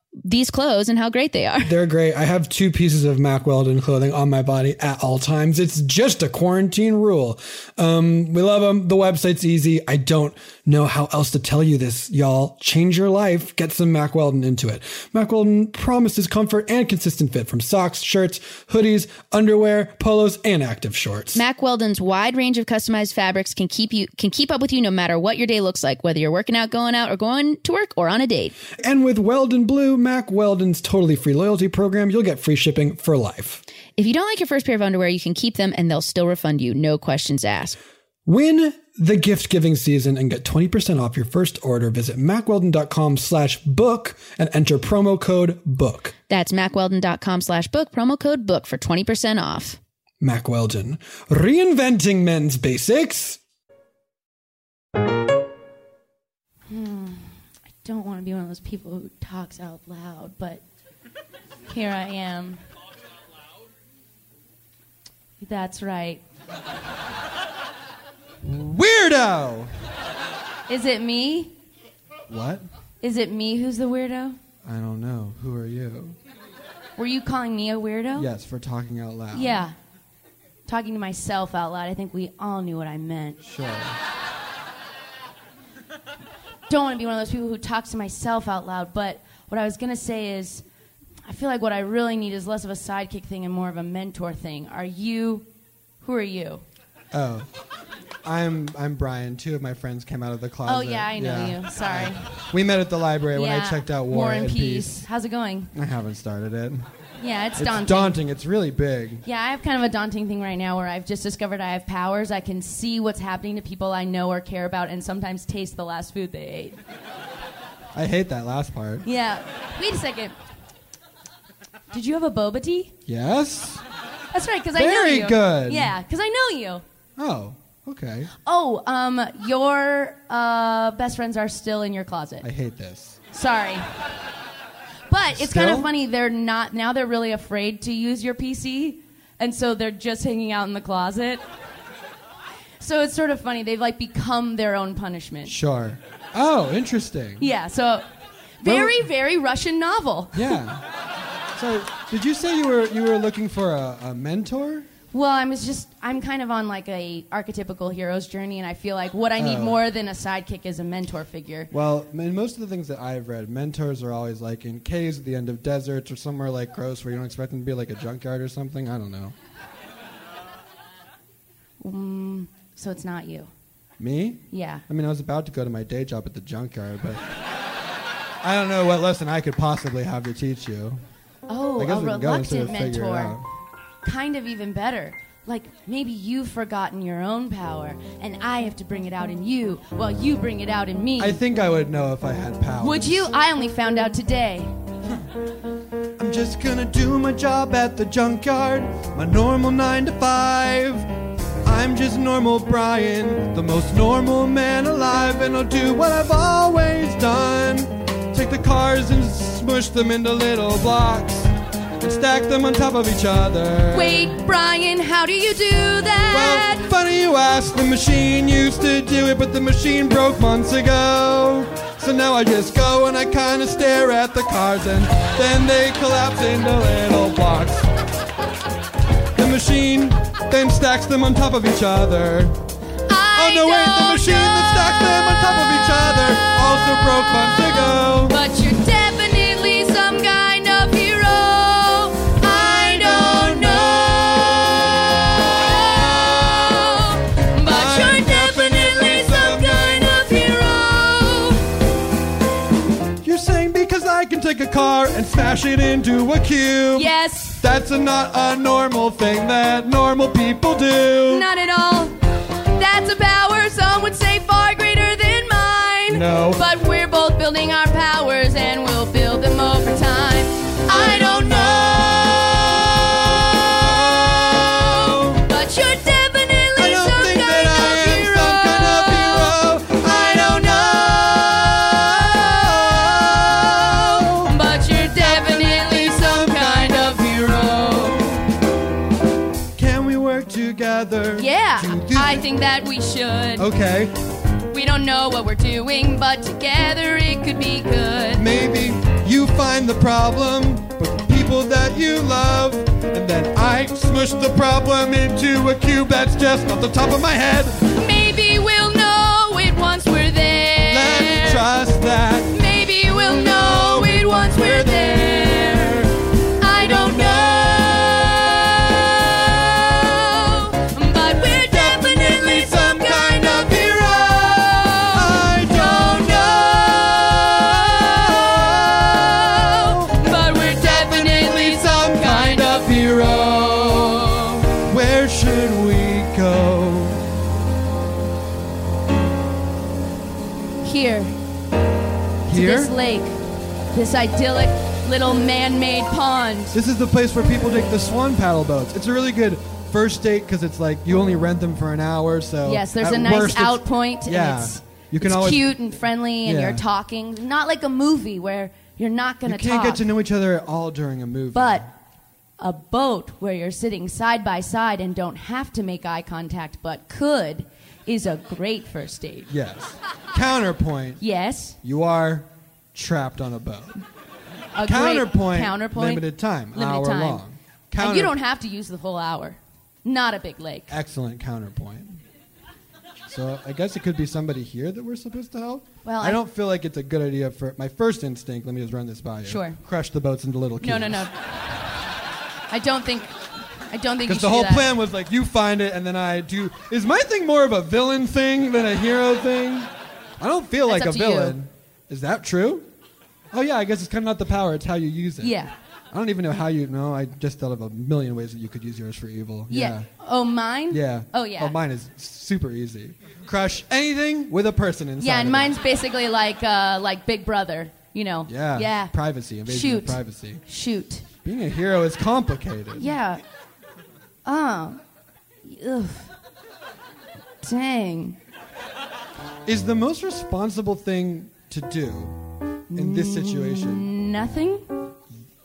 S5: these clothes and how great they are.
S4: They're great. I have two pieces of Mack Weldon clothing on my body at all times. It's just a quarantine rule. Um, we love them. The website's easy. I don't know how else to tell you this, y'all. Change your life. Get some Mack Weldon into it. Mack Weldon promises comfort and consistent fit from socks, shirts, hoodies, underwear, polos, and active shorts.
S5: Mack Weldon's wide range of customized fabrics can keep you can keep up with you no matter what your day looks like, whether you're working out, going out, or going to work or on a date.
S4: And with Weldon Blue, Mac Weldon's totally free loyalty program, you'll get free shipping for life.
S5: If you don't like your first pair of underwear, you can keep them and they'll still refund you, no questions asked.
S4: Win the gift giving season and get 20% off your first order. Visit macweldon.com slash book and enter promo code book.
S5: That's macweldon.com slash book, promo code book for 20% off.
S4: Mac Weldon, reinventing men's basics.
S14: Hmm, I
S5: don't want to be one of those people who talks out loud, but here I am. That's right.
S4: Weirdo!
S5: Is it me?
S4: What?
S5: Is it me who's the weirdo?
S4: I don't know. Who are you?
S5: Were you calling me a weirdo?
S4: Yes, for talking out loud.
S5: Yeah. Talking to myself out loud, I think we all knew what I meant.
S4: Sure.
S5: Don't want to be one of those people who talks to myself out loud, but what I was going to say is I feel like what I really need is less of a sidekick thing and more of a mentor thing. Are you, who are you?
S4: Oh. I'm I'm Brian. Two of my friends came out of the closet.
S5: Oh, yeah, I know you. Sorry.
S4: We met at the library when I
S5: Yeah.
S4: checked out War,
S5: and
S4: and
S5: Peace. How's it going?
S4: I haven't started it.
S5: Yeah, it's,
S4: it's
S5: daunting.
S4: It's really big.
S5: Yeah, I have kind of a daunting thing right now where I've just discovered I have powers. I can see what's happening to people I know or care about and sometimes taste the last food they ate.
S4: I hate that last part.
S5: Yeah. Wait a second. Did you have a boba tea?
S4: Yes.
S5: That's right, because I know
S4: Very
S5: you.
S4: good.
S5: Yeah, because I know you.
S4: Oh. Okay.
S5: Oh, um, your uh, best friends are still in your closet.
S4: I hate this.
S5: Sorry. But it's kind of
S4: Still?
S5: funny. They're not now. They're really afraid to use your PC, and so they're just hanging out in the closet. So it's sort of funny. They've like become their own punishment.
S4: Sure. Oh, interesting.
S5: Yeah. So very, very Russian novel.
S4: Yeah. So, did you say you were you were looking for a, a mentor?
S5: Well, I was just I'm kind of on like a archetypical hero's journey, and I feel like what I need
S4: Oh.
S5: more than a sidekick is a mentor figure.
S4: Well, in most of the things that I've read, mentors are always like in caves at the end of deserts or somewhere like gross where you don't expect them to be like a junkyard or something. I don't know.
S5: Mm, so it's not you.
S4: Me?
S5: Yeah.
S4: I mean, I was about to go to my day job at the junkyard, but I don't know what lesson I could possibly have to teach you.
S5: Oh,
S4: I guess
S5: a
S4: we can go and sort of
S5: reluctant
S4: figure it
S5: mentor.
S4: out.
S5: Kind of even better. Like maybe you've forgotten your own power, and I have to bring it out in you, while you bring it out in me.
S4: I think I would know if I had power.
S5: Would you? I only found out today.
S4: I'm just gonna do my job at the junkyard, my normal nine to five. I'm just normal Brian, the most normal man alive, and I'll do what I've always done. Take the cars and smush them into little blocks and stack them on top of each other.
S5: Wait, Brian, how do you do that?
S4: Well, funny you ask, the machine used to do it, but the machine broke months ago. So now I just go and I kinda stare at the cars and then they collapse into little blocks. The machine then stacks them on top of each other. oh no, wait, the machine that stacked them on top of each other also broke months ago.
S8: But you're definitely some kind of hero. I don't know. But you're definitely some kind of hero.
S4: You're saying because I can take a car and smash it into a cube.
S8: Yes.
S4: That's a, not a normal thing that normal people do.
S8: Not at all. That's a power some would say far greater than mine.
S4: No.
S8: But we're both building our powers and we'll build them over time. I don't know. But you're definitely some kind of hero. I don't know. But you're definitely some kind of hero.
S4: Can we work together?
S8: Yeah, I think that we should.
S4: Okay,
S8: We don't know what we're doing, but together it could be good.
S4: maybe you find the problem with people that you love, and then I smush the problem into a cube that's just off the top of my head.
S8: Maybe we'll know it once we're there.
S4: Let's trust that.
S8: Maybe we'll know it once we're there. I don't know. But we're definitely some kind of hero. I don't know. But we're definitely some kind of hero.
S4: Where should we go?
S5: Here,
S4: Here?
S5: to this lake, this idyllic little man-made pond.
S4: This is the place where people take the swan paddle boats. It's a really good first date because it's like you only rent them for an hour, so
S5: yes, there's
S4: at
S5: a nice
S4: worst it's-
S5: out point. And
S4: Yeah.
S5: it's
S4: You can
S5: it's
S4: always-
S5: cute and friendly, and
S4: Yeah.
S5: you're talking. Not like a movie where you're not going
S4: You
S5: to
S4: can't
S5: talk.
S4: get to know each other at all during a movie.
S5: but a boat where you're sitting side by side and don't have to make eye contact, but could, is a great first date.
S4: yes. Counterpoint.
S5: Yes.
S4: You are trapped on a boat.
S5: A great
S4: Counterpoint,
S5: counterpoint.
S4: limited time,
S5: Limited
S4: hour
S5: time.
S4: long.
S5: and you
S4: Counter-
S5: don't have to use the whole hour. Not a big lake.
S4: Excellent counterpoint. So I guess it could be somebody here that we're supposed to help.
S5: Well,
S4: I,
S5: I-
S4: don't feel like it's a good idea for my first instinct. Let me just run this by you.
S5: Sure.
S4: Crush the boats into little kids.
S5: No, no, no. I don't think. I don't think. you
S4: Because
S5: should
S4: the
S5: do
S4: whole
S5: that.
S4: plan was like you find it and then I do. Is my thing more of a villain thing than a hero thing? I don't feel
S5: That's
S4: like a
S5: up to you.
S4: villain. Is that true? Oh yeah, I guess it's kind of not the power; it's how you use it.
S5: Yeah.
S4: I don't even know how you know. I just thought of a million ways that you could use yours for evil.
S5: Yeah. Oh, mine.
S4: Yeah.
S5: Oh, yeah.
S4: Oh, mine is super easy. Crush anything with a person inside.
S5: Yeah,
S4: of
S5: and
S4: it.
S5: mine's basically like uh, like Big Brother. You know.
S4: Yeah.
S5: Yeah.
S4: Privacy. Invasion
S5: Shoot.
S4: of privacy.
S5: Shoot.
S4: Being a hero is complicated.
S5: Yeah. Oh. Ugh. Dang.
S4: Is the most responsible thing to do in this situation
S5: Nothing.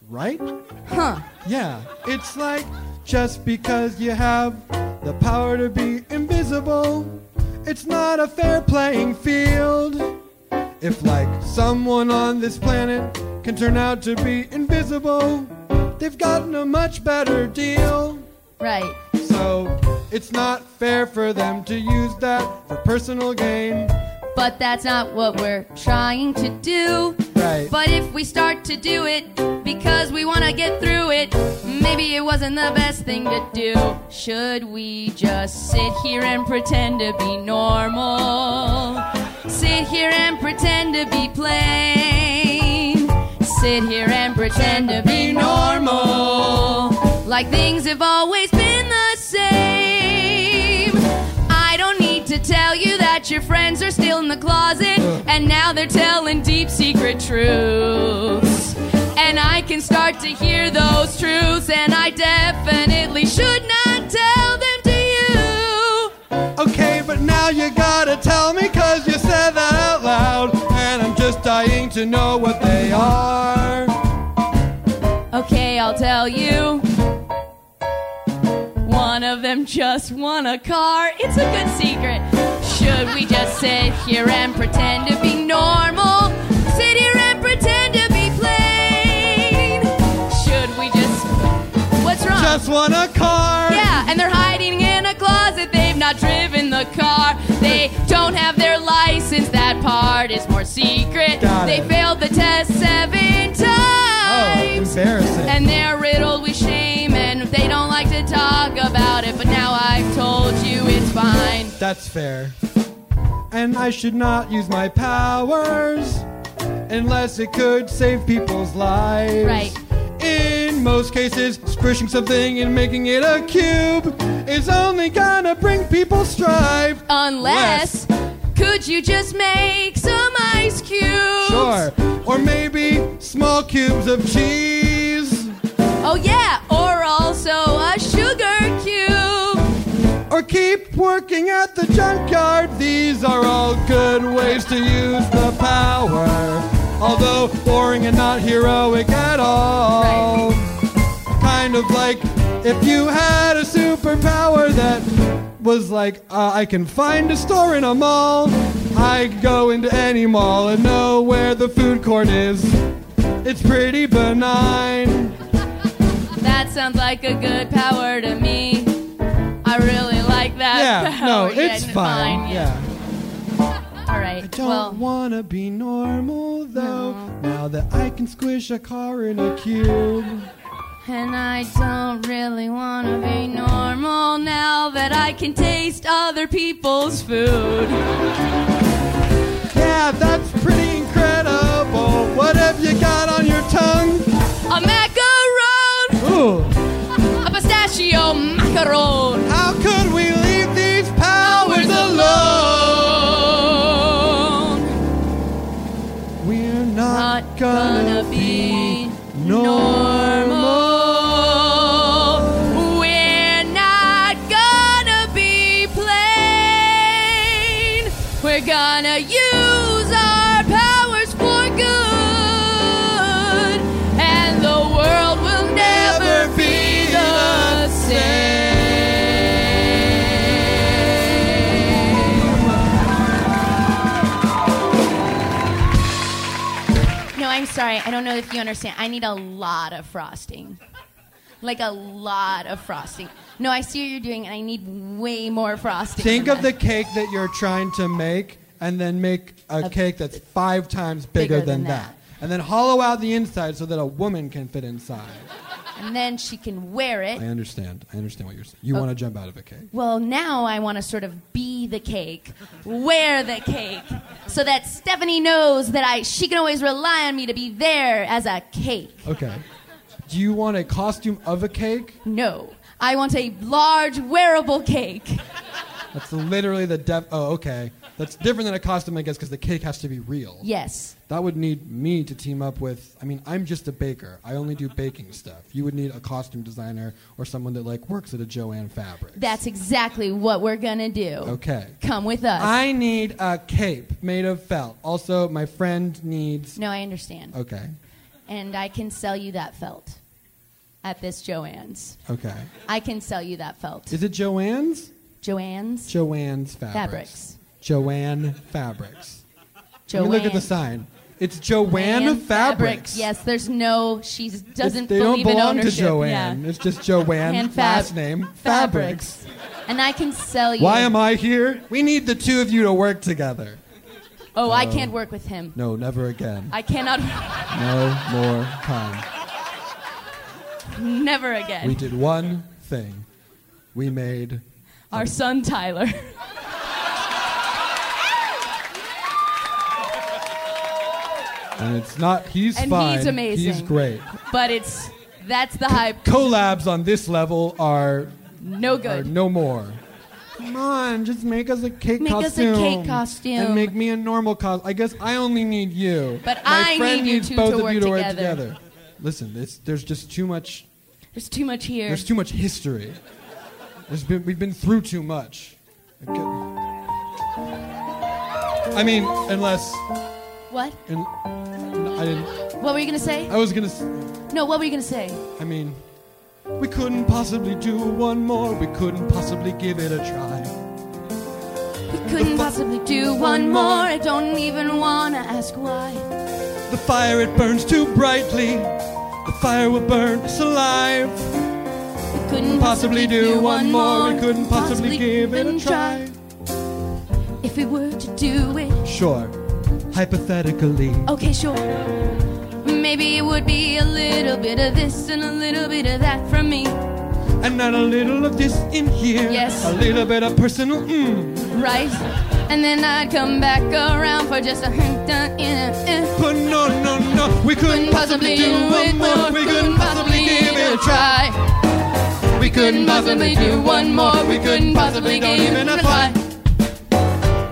S4: right?
S5: Huh.
S4: Yeah. It's like just because you have the power to be invisible, it's not a fair playing field. If, like, someone on this planet can turn out to be invisible, they've gotten a much better deal.
S5: Right.
S4: So, it's not fair for them to use that for personal gain.
S5: But that's not what we're trying to do.
S4: Right.
S5: But if we start to do it because we want to get through it, maybe it wasn't the best thing to do. Should we just sit here and pretend to be normal? Sit here and pretend to be plain. Sit here and pretend to be normal. Like things have always been the same. I don't need to tell you that your friends are still in the closet and now they're telling deep secret truths. And I can start to hear those truths and I definitely should not tell them to you.
S4: Okay, but now you gotta tell me cause you said that out loud And I'm just dying to know what they are
S5: Okay, I'll tell you. One of them just won a car. It's a good secret. Should we just sit here and pretend to be normal? Sit here and pretend to be plain. Should we just. What's wrong?
S4: Just won a car
S5: Yeah, and they're hiding in a closet. They've not driven the car. They don't have their license. That part is more secret.
S4: Got
S5: they
S4: it.
S5: failed the test seven times.
S4: Oh, embarrassing
S5: And they're riddled with shame, and they don't like to talk about it. But now I've told you it's fine.
S4: That's fair And I should not use my powers Unless it could save people's lives
S5: Right.
S4: In most cases, squishing something and making it a cube Is only gonna bring people strife
S5: Unless, could you just make some ice cubes?
S4: Sure. Or maybe small cubes of cheese.
S5: Oh, yeah, or also a sugar cube.
S4: Or keep working at the junkyard. These are all good ways to use the power. Although boring and not heroic at all. Kind of like if you had a superpower that was like, uh, I can find a store in a mall. I could go into any mall and know where the food court is. It's pretty benign.
S5: That sounds like a good power to me. I really like that.
S4: yeah, no,
S5: power. Yeah,
S4: it's fine. Yeah.
S5: All right.
S4: I don't
S5: well,
S4: wanna be normal though. Now that I can squish a car in a cube.
S5: And I don't really want to be normal now that I can taste other people's food.
S4: Yeah, that's pretty incredible. What have you got on your tongue?
S5: A macaron!
S4: Ooh,
S5: A pistachio mm, macaron!
S4: how could we leave these powers
S5: alone?
S4: We're not,
S5: Not
S4: gonna,
S5: gonna
S4: be
S5: be
S4: normal.
S5: Oh, we're not gonna be plain. We're gonna use I'm sorry. I don't know if you understand. I need a lot of frosting. Like a lot of frosting. No, I see what you're doing, and I need way more frosting.
S4: Think
S5: than
S4: of
S5: that.
S4: the cake that you're trying to make, and then make a, cake that's five times bigger,
S5: bigger
S4: than,
S5: than
S4: that. and then hollow out the inside so that a woman can fit inside.
S5: And then she can wear
S4: I
S5: it.
S4: understand. I understand what you're saying. You
S5: Oh.
S4: want to jump out of a cake.
S5: Well, now I want to sort of be the cake, wear the cake, so that Stephanie knows that I she can always rely on me to be there as a cake.
S4: Okay. Do you want a costume of a cake?
S5: No, I want a large wearable cake.
S4: That's literally the def. Oh, okay. That's different than a costume, I guess, because the cake has to be real.
S5: Yes.
S4: That would need me to team up with. I mean, I'm just a baker. I only do baking stuff. You would need a costume designer or someone that like works at a Joanne Fabric.
S5: That's exactly what we're gonna do.
S4: Okay.
S5: Come with us.
S4: I need a cape made of felt. Also, my friend needs.
S5: No, I understand.
S4: Okay.
S5: And I can sell you that felt at this Joann's.
S4: Okay.
S5: I can sell you that felt.
S4: Is it Joanne's?
S5: Joanne's.
S4: Joanne's Fabrics.
S5: Fabrics.
S4: Joanne Fabrics. I mean, look at the
S5: Joanne.
S4: sign. It's Joanne,
S5: Joanne
S4: Fabrics.
S5: Yes, there's no. She doesn't
S4: It's- they
S5: believe
S4: don't
S5: in
S4: belong
S5: ownership.
S4: to Joanne.
S5: Yeah.
S4: It's just Joanne
S5: And fab-
S4: last name Fabrics.
S5: And I can sell you.
S4: Why am I here? We need the two of you to work together.
S5: Oh, I
S4: Oh.
S5: can't work with him.
S4: No, never again.
S5: I cannot.
S4: No more time.
S5: Never again.
S4: We did one thing. We made
S5: Our son Tyler.
S4: and it's not he's
S5: And
S4: fine.
S5: he's amazing.
S4: He's great.
S5: But it's that's the hype.
S4: Collabs on this level are
S5: No
S4: are
S5: good.
S4: no more. Come on, just make us a cake
S5: Make us a
S4: costume.
S5: cake costume.
S4: And make me a normal costume. I guess I only need you.
S5: But
S4: My
S5: I
S4: friend
S5: need you
S4: needs
S5: two
S4: both
S5: to
S4: of you
S5: work
S4: to work
S5: together.
S4: together. Listen, it's, there's just too much.
S5: There's too much here.
S4: There's too much history. There's been, we've been through too much. Okay. I mean, unless
S5: what?
S4: un- I didn't.
S5: What were you gonna say?
S4: I was gonna. s-
S5: No, what were you gonna say?
S4: I mean, we couldn't possibly do one more. We couldn't possibly give it a try.
S5: We couldn't possibly do one more. I don't even wanna ask why.
S4: The fire it burns too brightly. The fire will burn us alive.
S5: We couldn't
S4: possibly do one more. We couldn't
S5: possibly
S4: possibly give it
S5: even
S4: a try.
S5: If we were to do it,
S4: Sure, hypothetically.
S5: okay, sure. Maybe it would be a little bit of this and a little bit of that from me.
S4: And not a little of this in here.
S5: Yes.
S4: A little bit of personal. Mm.
S5: right? And then I'd come back around for just a hint dun, in a, uh.
S4: But no, no, no. We couldn't possibly do one more. We couldn't possibly give it a try. We couldn't possibly do one more. We couldn't possibly give it a try.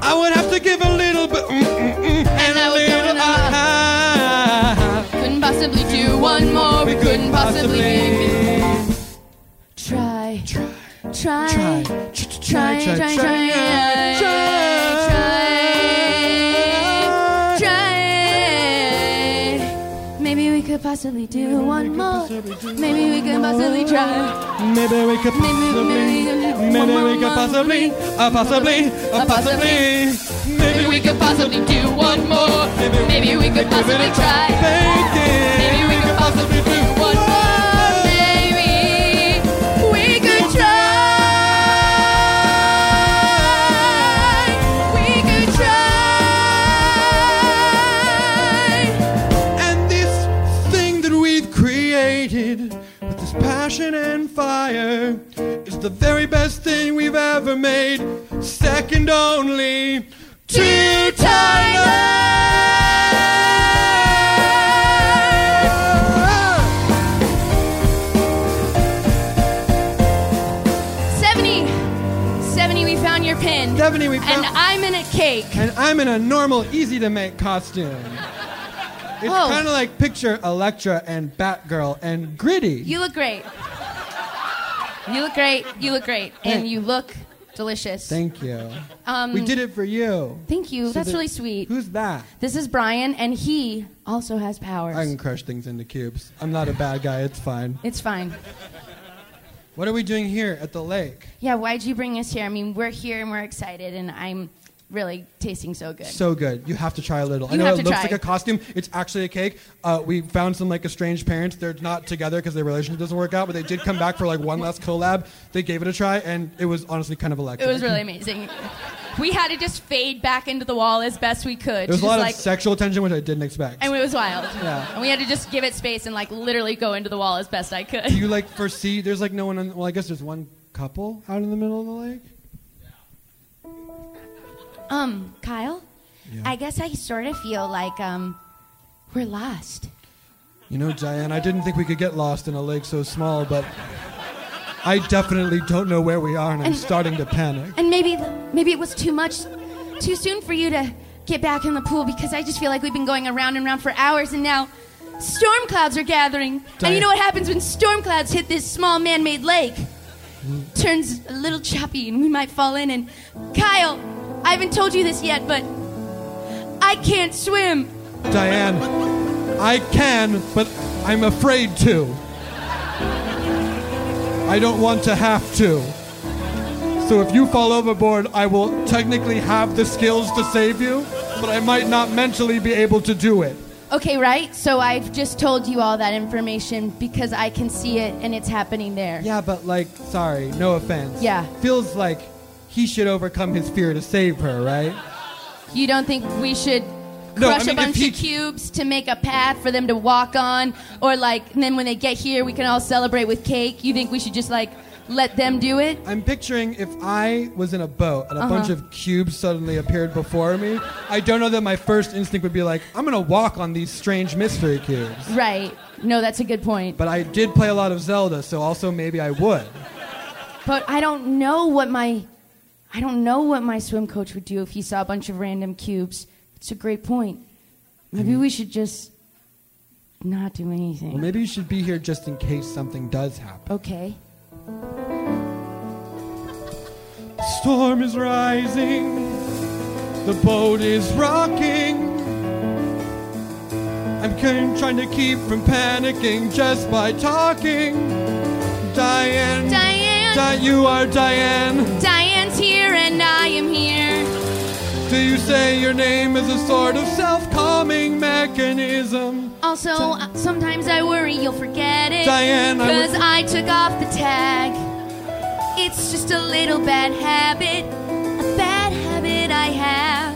S4: I would have to give a little bit. Mm, mm, mm, and a little. Ah,
S5: Couldn't possibly do one more. We couldn't possibly give it. Try, try, try, try, try, try, try, try, try, try. Maybe we could possibly do one more. Maybe we could possibly try.
S4: Maybe we could possibly, maybe we could possibly, a possibly, a possibly. Maybe we could possibly do one more. Maybe we could possibly try. Maybe we could possibly do one more.
S5: Maybe we could try. We could try.
S4: And this thing that we've created with this passion and fire is the very best thing we've ever made, second only to Tyler.
S3: Uh,
S5: 70. 70, we found your pin.
S4: 70, we found-
S5: And I'm in a cake.
S4: And I'm in a normal, easy to make costume. It's
S5: Whoa.
S4: kind of like picture Electra and Batgirl and Gritty.
S5: You look great. You look great. You look great. And
S4: Thank-
S5: you look delicious.
S4: Thank you.
S5: Um,
S4: we did it for you.
S5: Thank you.
S4: So
S5: That's
S4: that-
S5: really sweet.
S4: Who's that?
S5: This is Brian, and he also has powers.
S4: I can crush things into cubes. I'm not a bad guy. It's fine.
S5: It's fine.
S4: What are we doing here at the lake?
S5: Yeah, why'd you bring us here? I mean, we're here and we're excited, and I'm really tasting so good.
S4: So good. You have to try a little. I
S5: You
S4: know
S5: have
S4: it
S5: to
S4: looks
S5: try.
S4: like a costume. It's actually a cake. Uh, we found some like estranged parents. They're not together because their relationship doesn't work out, but they did come back for like one last collab. They gave it a try, and it was honestly kind of electric.
S5: It was really amazing. We had to just fade back into the wall as best we could.
S4: There was a
S5: Just
S4: lot
S5: like,
S4: of sexual tension, which I didn't expect.
S5: and it was wild.
S4: Yeah.
S5: And we had to just give it space and like literally go into the wall as best I could.
S4: Do you like foresee? There's like no one. On, well, I guess there's one couple out in the middle of the lake.
S3: Um, Kyle,
S4: Yeah.
S3: I guess I sort of feel like um, we're lost.
S4: You know, Diane, I didn't think we could get lost in a lake so small, but I definitely don't know where we are, and I'm
S3: And-
S4: starting to panic.
S3: And maybe, maybe it was too much, too soon for you to get back in the pool because I just feel like we've been going around and around for hours, and now storm clouds are gathering. And
S4: Diane-
S3: you know what happens when storm clouds hit this small man-made lake? Turns a little choppy, and we might fall in. And Kyle, I haven't told you this yet, but I can't swim.
S4: Diane, I can, but I'm afraid to. I don't want to have to. So if you fall overboard, I will technically have the skills to save you, but I might not mentally be able to do it.
S3: Okay, right? So I've just told you all that information because I can see it and it's happening there.
S4: Yeah, but like, sorry, no offense.
S3: Yeah.
S4: Feels like he should overcome his fear to save her, right?
S3: You don't think we should
S4: No, I
S3: crush
S4: mean,
S3: a
S4: if
S3: bunch
S4: he-
S3: of cubes to make a path for them to walk on? Or like, then when they get here, we can all celebrate with cake? You think we should just like let them do it?
S4: I'm picturing if I was in a boat and a
S3: Uh-huh.
S4: bunch of cubes suddenly appeared before me, I don't know that my first instinct would be like, I'm gonna walk on these strange mystery cubes.
S3: Right. No, that's a good point.
S4: But I did play a lot of Zelda, so also maybe I would.
S3: But I don't know what my I don't know what my swim coach would do if he saw a bunch of random cubes. It's a great point. Maybe we should just not do anything.
S4: Mm-hmm. Well, maybe you should be here just in case something does happen.
S3: Okay.
S4: Storm is rising, the boat is rocking. I'm kin- trying to keep from panicking just by talking. Diane,
S3: Diane.
S4: Di- you are Diane.
S3: Diane's here and I am here.
S4: Do you say your name is a sort of self-calming mechanism?
S3: Also, uh, sometimes I worry you'll forget it.
S4: Diane, I
S3: Because
S4: would-
S3: I took off the tag. It's just a little bad habit. A bad habit I have.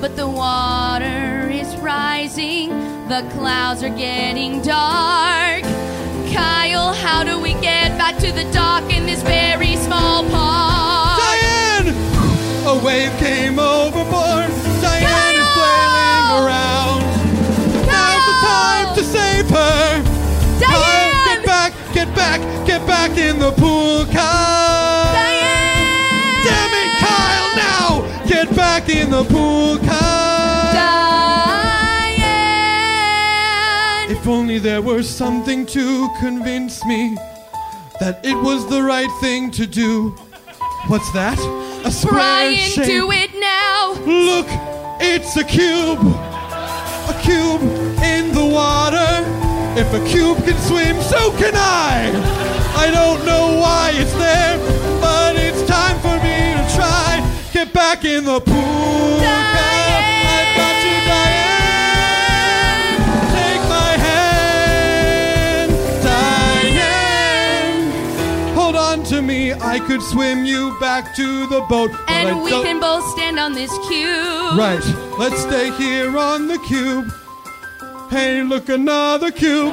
S3: But the water is rising. The clouds are getting dark. Kyle, how do we get back to the dock in this very small park?
S4: Diane! A wave came overboard. Diane is flailing around. Now's the time to save her. Diane! get back, get back, get back in the pool, Kyle. Diane! Damn it, Kyle, now! Get back in the pool, Kyle. Diane! If only there were something to convince me that it was the right thing to do. What's that? A square
S3: Brian,
S4: shape.
S3: do it now.
S4: Look, it's a cube. A cube in the water. If a cube can swim, so can I. I don't know why it's there, but it's time for me to try. Get back in the pool. Diane. I've got you, Diane. Take my hand, Diane. Hold on to me. I could swim you back to the boat. but I
S3: And we
S4: don't-
S3: can both stand on this cube.
S4: Right, let's stay here on the cube. Hey, look, another cube.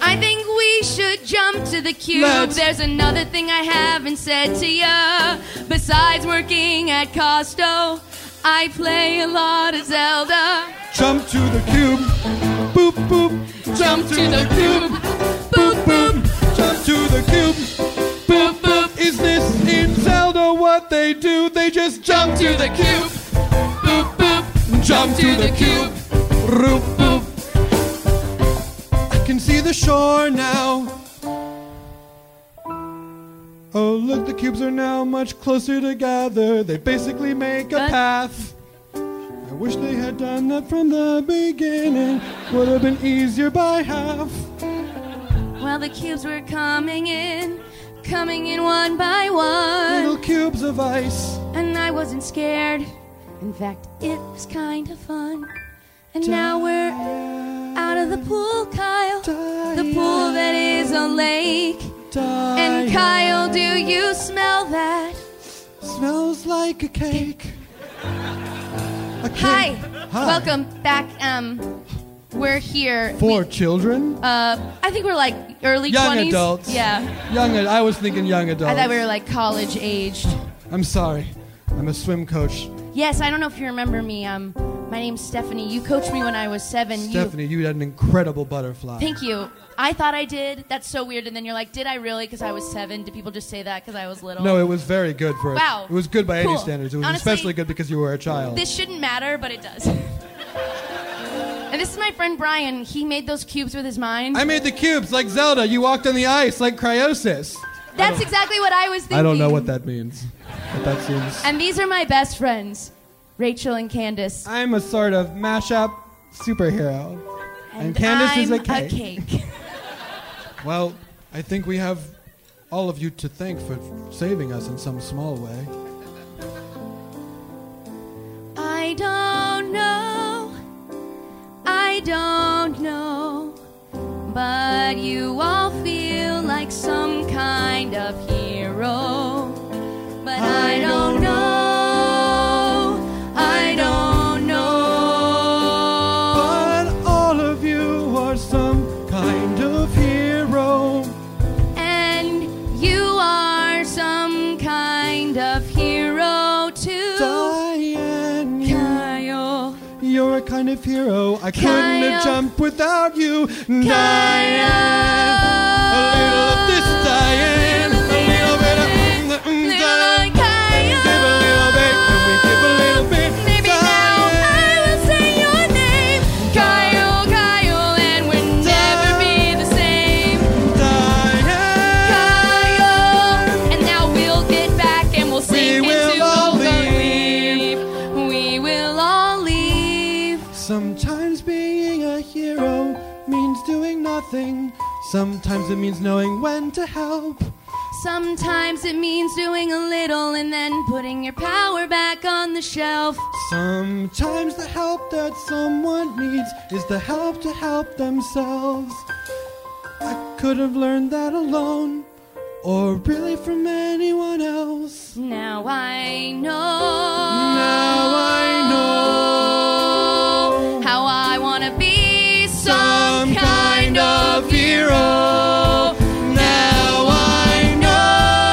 S3: I think we should jump to the cube.
S4: Let's-
S3: There's another thing I haven't said to ya. Besides working at Costco, I play a lot of Zelda.
S4: Jump to the cube. Boop, boop. Jump to the cube. Boop, boop. Jump to the cube. Boop, boop. Is this in Zelda what they do? They just jump to the cube. Boop, boop. Jump to the cube. Roop, boop. I can see the shore now. Oh, look, the cubes are now much closer together. They basically make a path. I wish they had done that from the beginning. Would have been easier by half.
S3: Well, the cubes were coming in, coming in one by one.
S4: Little cubes of ice.
S5: and I wasn't scared. In fact, it was kind of fun. And now we're out of the pool, Kyle. The pool that is a lake. And Kyle, do you smell that?
S4: Smells like a cake.
S5: Hi. Welcome back. Um, we're here.
S4: For children?
S5: Uh, I think we're like early
S4: Young
S5: 20s.
S4: adults.
S5: Yeah.
S4: Young. ad- I was thinking young
S5: I
S4: adults.
S5: thought we were like college aged.
S4: I'm sorry. I'm a swim coach.
S5: Yes, I don't know if you remember me. Um, my name's Stephanie. You coached me when I was seven. You,
S4: Stephanie, you had an incredible butterfly.
S5: thank you. I thought I did. That's so weird. And then you're like, did I really? Because I was seven. Do people just say that because I was little?
S4: No, it was very good for
S5: Wow.
S4: It was good by
S5: Cool.
S4: any standards. It was
S5: Honestly,
S4: especially good because you were a child.
S5: This shouldn't matter, but it does. and this is my friend Brian. He made those cubes with his mind.
S4: I made the cubes like Zelda. You walked on the ice like Cryosis.
S5: That's exactly what I was thinking.
S4: I don't know what that means. But that seems.
S5: And these are my best friends, Rachel and Candace.
S4: I'm a sort of mashup superhero. And, Candace is a
S5: I'm
S4: cake. Well, I think we have all of you to thank for saving us in some small way.
S5: I don't know. I don't know. But you all feel like some kind of hero. But I don't know. I don't know.
S4: But all of you are some kind of hero.
S5: And you are some kind of hero too.
S4: Diane,
S5: Kyle.
S4: You're a kind of hero. I couldn't
S5: Kyle.
S4: have jumped without you. Diane. A little of this Diane. A little bit of mm, mm, Diane. Give a little bit. Can we give a little bit?
S5: Maybe now I will say your name, Kyle, Kyle, and we'll never be the same. Kyle, and now we'll get back and we'll sink
S4: will
S5: into
S4: all
S5: the leaf. We will all leave.
S4: Sometimes being a hero means doing nothing. Sometimes it means knowing when to help.
S5: Sometimes it means doing a little and then putting your power back on the shelf.
S4: Sometimes the help that someone needs is the help to help themselves. I could have learned that alone, or really from anyone else.
S5: Now I know.
S4: Now I know
S5: how I wanna be some,
S4: some
S5: kind,
S4: kind
S5: of
S4: of
S5: hero.
S4: hero. Now I know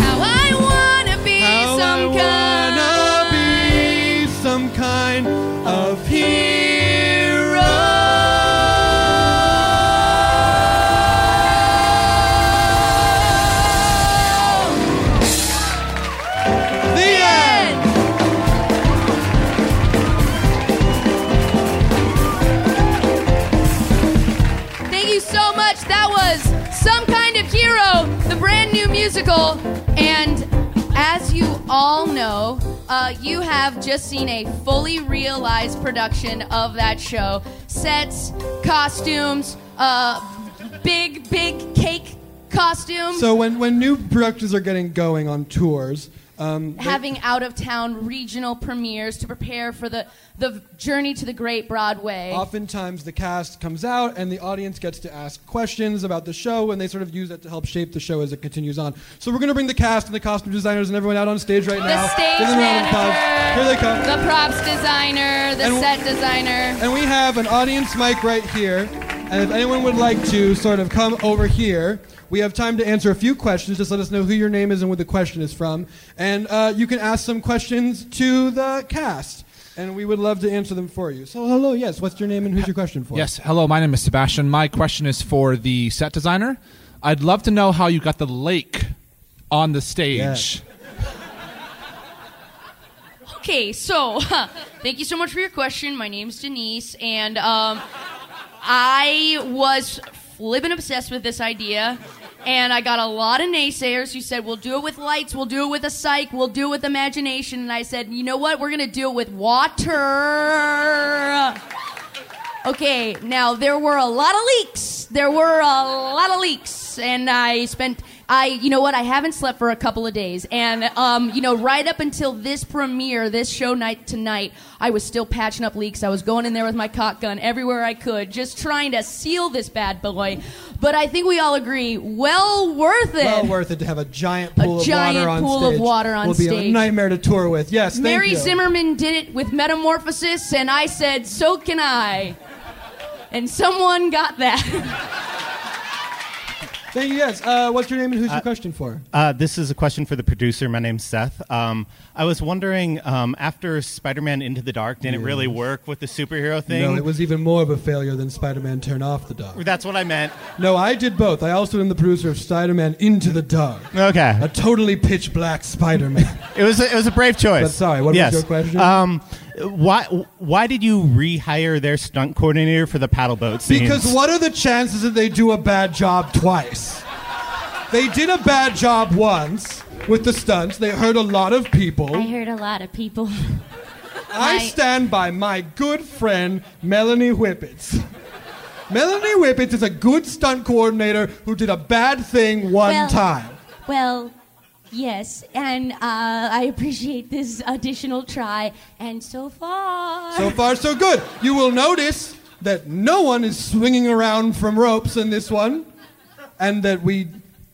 S5: How I wanna be
S4: how
S5: some
S4: I wanna
S5: kind.
S4: be some kind of hero. The end.
S5: Thank you so much. That was some kind of hero, the brand new musical, and as you all know, uh, you have just seen a fully realized production of that show. Sets, costumes, uh, big, big cake costumes.
S4: So when when new productions are getting going on tours, um, they-
S5: having out of town regional premieres to prepare for the the journey to the great Broadway.
S4: oftentimes the cast comes out and the audience gets to ask questions about the show, and they sort of use that to help shape the show as it continues on. So we're gonna bring the cast and the costume designers and everyone out on stage right now.
S5: the stage
S4: Give them a round of applause.
S5: manager,
S4: Here they come.
S5: the props designer, the
S4: And w-
S5: set designer.
S4: And we have an audience mic right here. And if anyone would like to sort of come over here, we have time to answer a few questions. Just let us know who your name is and where the question is from. And uh, you can ask some questions to the cast. And we would love to answer them for you. So, hello, yes, what's your name and who's your question for?
S15: Yes, hello, my name is Sebastian. My question is for the set designer. I'd love to know how you got the lake on the stage.
S4: Yes.
S5: Okay, so huh, thank you so much for your question. My name's Denise, and um, I was flippin' obsessed with this idea. And I got a lot of naysayers who said, We'll do it with lights, we'll do it with a psych, we'll do it with imagination. And I said, You know what? We're going to do it with water. Okay, now there were a lot of leaks. There were a lot of leaks, and I spent I, you know what, I haven't slept for a couple of days, and um, you know, right up until this premiere, this show night tonight, I was still patching up leaks. I was going in there with my cock gun everywhere I could, just trying to seal this bad boy. But I think we all agree, well worth it.
S4: Well worth it to have a giant pool of
S5: giant
S4: water on
S5: pool of
S4: stage.
S5: water on
S4: Will be a
S5: stage.
S4: nightmare to tour with. Yes, thank
S5: Mary
S4: you.
S5: Zimmerman did it with Metamorphosis, and I said, so can I. And someone got that.
S4: Thank you guys. Uh, what's your name and who's your question for?
S16: Uh, this is a question for the producer. My name's Seth. Um, I was wondering, um, after Spider-Man: Into the Dark, didn't
S4: Yeah.
S16: it really work with the superhero thing?
S4: No, it was even more of a failure than Spider-Man Turn Off the Dark.
S16: That's what I meant.
S4: No, I did both. I also am the producer of Spider-Man Into the Dark.
S16: Okay.
S4: A totally pitch black Spider-Man.
S16: It was a, it was a brave choice.
S4: But sorry, what was
S16: yes.
S4: your question?
S16: Um, why why did you rehire their stunt coordinator for the paddle boat scenes?
S4: Because what are the chances that they do a bad job twice? They did a bad job once with the stunts. They hurt a lot of people.
S17: I heard a lot of people.
S4: I stand by my good friend Melanie Whippets. Melanie Whippets is a good stunt coordinator who did a bad thing one
S17: Well-
S4: time.
S17: Well, yes, and uh, I appreciate this additional try. And so far,
S4: So far, so good. You will notice that no one is swinging around from ropes in this one, and that we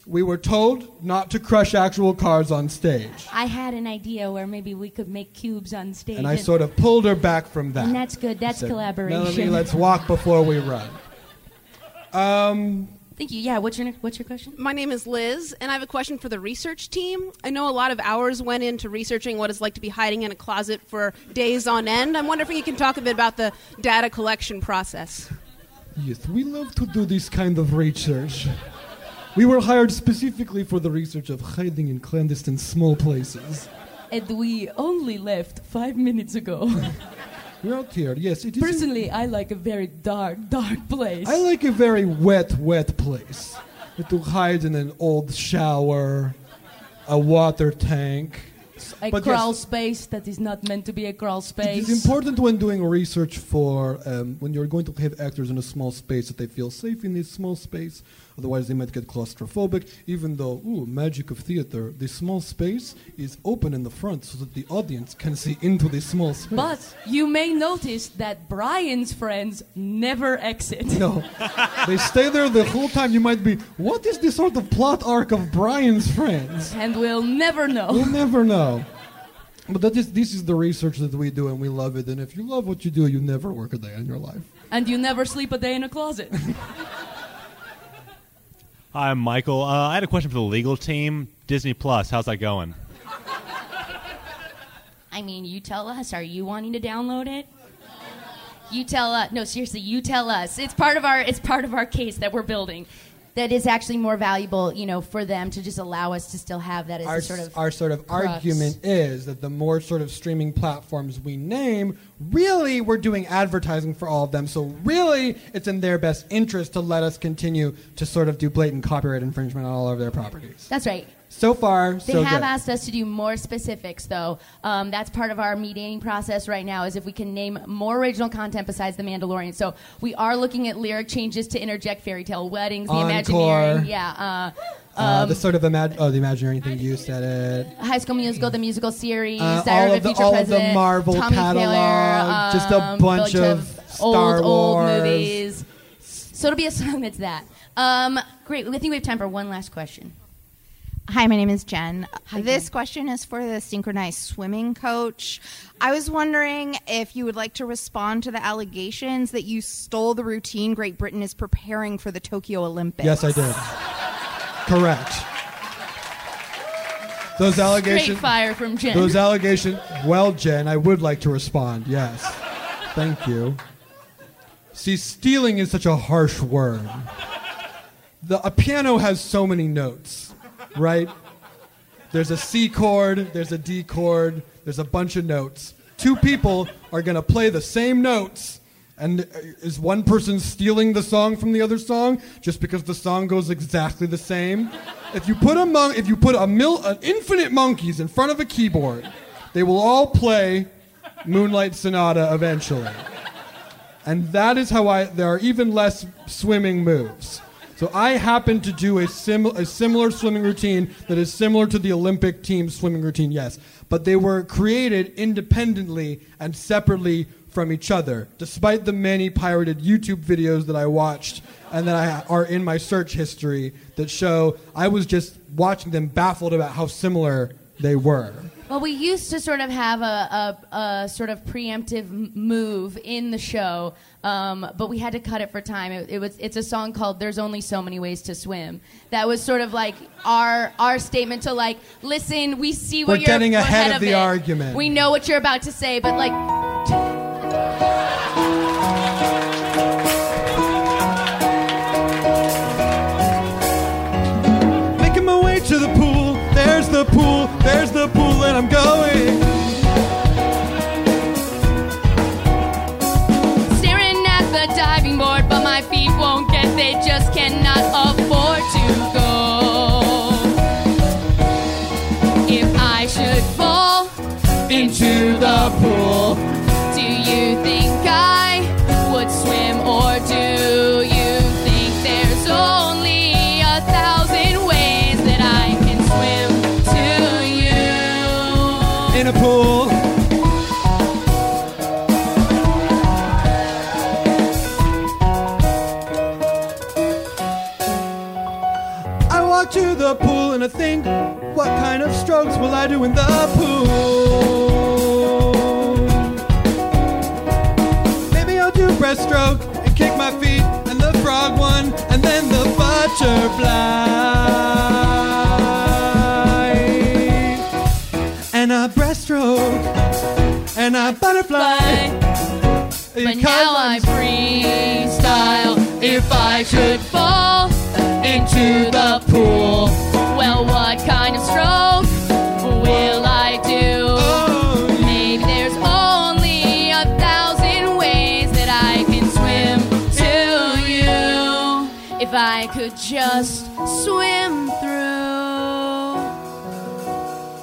S4: we were told not to crush actual cars on stage.
S17: I had an idea where maybe we could make cubes on stage.
S4: And I sort of pulled her back from that.
S17: And that's good. That's
S4: Said,
S17: collaboration.
S4: Melanie, let's walk before we run. Um,
S5: Thank you. Yeah, what's your what's your question?
S18: My name is Liz, and I have a question for the research team. I know a lot of hours went into researching what it's like to be hiding in a closet for days on end. I'm wondering if you can talk a bit about the data collection process.
S4: Yes, we love to do this kind of research. We were hired specifically for the research of hiding in clandestine small places.
S5: And we only left five minutes ago.
S4: We're out here, yes, it is.
S5: Personally, I like a very dark, dark place.
S4: I like a very wet, wet place. To hide in an old shower, a water tank.
S5: a
S4: But yes,
S5: crawl space that is not meant to be a crawl space.
S4: It is important when doing research for um, when you're going to have actors in a small space that they feel safe in this small space. Otherwise, they might get claustrophobic. Even though, ooh, magic of theater, the small space is open in the front so that the audience can see into this small space.
S5: But you may notice that Brian's friends never exit.
S4: No, they stay there the whole time. You might be, what is the sort of plot arc of Brian's friends?
S5: And we'll never know.
S4: We'll never know. But that is, this is the research that we do, and we love it. And if you love what you do, you never work a day in your life.
S5: And you never sleep a day in a closet.
S19: Hi, I'm Michael. Uh, I had a question for the legal team. Disney Plus, how's that going?
S3: I mean, you tell us. Are you wanting to download it? You tell us. No, seriously, you tell us. It's part of our. It's part of our case that we're building.
S5: that is actually more valuable, you know, for them to just allow us to still have that as
S4: our, our sort of
S5: crux.
S4: argument is that the more sort of streaming platforms we name, really we're doing advertising for all of them. So really, it's in their best interest to let us continue to sort of do blatant copyright infringement on all of their properties.
S5: That's right.
S4: So far,
S5: They
S4: so
S5: have
S4: good.
S5: asked us to do more specifics, though. Um, that's part of our mediating process right now. Is if we can name more original content besides The Mandalorian. So we are looking at lyric changes to interject fairy tale weddings, the
S4: Encore.
S5: Imagineering, yeah, uh,
S4: uh,
S5: um,
S4: the sort of imag- oh, the imaginary thing you said it.
S5: High School Musical, the musical series,
S4: Uh,
S5: Diary
S4: all
S5: of
S4: of
S5: the
S4: the
S5: Future
S4: all of the
S5: President,
S4: Marvel
S5: Tommy
S4: catalog,
S5: Taylor,
S4: just a
S5: um,
S4: bunch of Star
S5: old old
S4: Wars.
S5: movies. So it'll be a song that's that. Um, great. I think we have time for one last question.
S20: Hi, my name is Jen. this question is for the synchronized swimming coach. I was wondering if you would like to respond to the allegations that you stole the routine Great Britain is preparing for the Tokyo Olympics.
S4: Yes, I did. Correct. Those
S5: Great
S4: allegations.
S5: fire from Jen.
S4: Those allegations. Well, Jen, I would like to respond. Yes. Thank you. See, stealing is such a harsh word. The, a piano has so many notes, right? There's a C chord, there's a D chord, there's a bunch of notes. Two people are going to play the same notes. And uh, is one person stealing the song from the other song just because the song goes exactly the same? If you put a mon- if you put a mil- an infinite monkeys in front of a keyboard, they will all play Moonlight Sonata eventually. And that is how I there are even less swimming moves.
S21: So I happen to do a, sim- a similar swimming routine that is similar to the Olympic team's swimming routine, yes. But they were created independently and separately from each other, despite the many pirated YouTube videos that I watched and that I, are in my search history that show I was just watching them baffled about how similar they were.
S3: Well, we used to sort of have a, a, a sort of preemptive m- move in the show, um, but we had to cut it for time. It, it was it's a song called "There's Only So Many Ways to Swim." That was sort of like our our statement to like, listen, we see what
S21: We're
S3: you're
S21: getting ahead of the
S3: it.
S21: argument.
S3: We know what you're about to say, but like,
S4: Making my way to the pool. There's the pool. There's the pool, and I'm going.
S5: Staring at the diving board, but my feet won't get, they just cannot afford to go. If I should fall,
S4: Into the pool.
S5: do you think I would swim or do you think there's only a thousand ways that I can swim to you?
S4: In a pool. I walk to the pool and I think, what kind of strokes will I do in the pool? Maybe I'll do breaststroke and kick my feet and the frog one and then the butterfly. And a breaststroke and a butterfly.
S5: But now I'm freestyle. If I should fall into the pool, well, what kind of stroke will I do?
S4: Oh,
S5: Maybe there's only a thousand ways that I can swim to you. If I could just swim through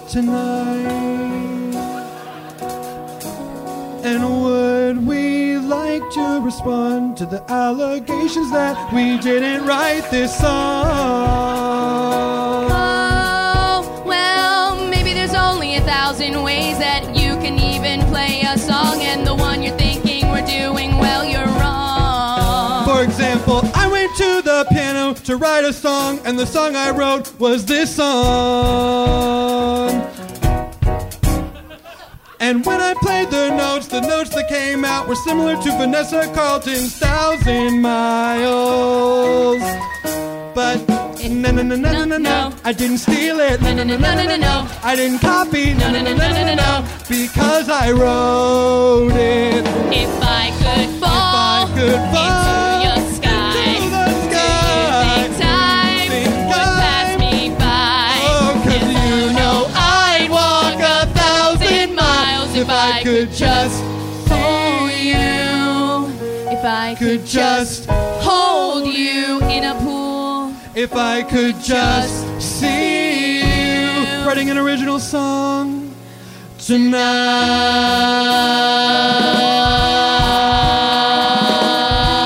S4: tonight? And would we like to respond to the allegations that we didn't write this song?
S5: Oh, well, maybe there's only a thousand ways that you can even play a song, and the one you're thinking we're doing, well, you're wrong.
S4: For example, I went to the piano to write a song, and the song I wrote was this song. And when I played the notes, the notes that came out were similar to Vanessa Carlton's Thousand Miles. But no, no, no, Eh, no, no, no, I didn't steal it. No, no, no, no, no, no, I didn't copy. No, no, no, no, no, no, because I wrote it.
S5: If I could fall, into your sky, do you think time would pass me by? if Oh, you know I'd walk a thousand miles if I could just hold you. If I
S4: Could just
S5: hold you in a pool.
S4: If I could just see you writing an original song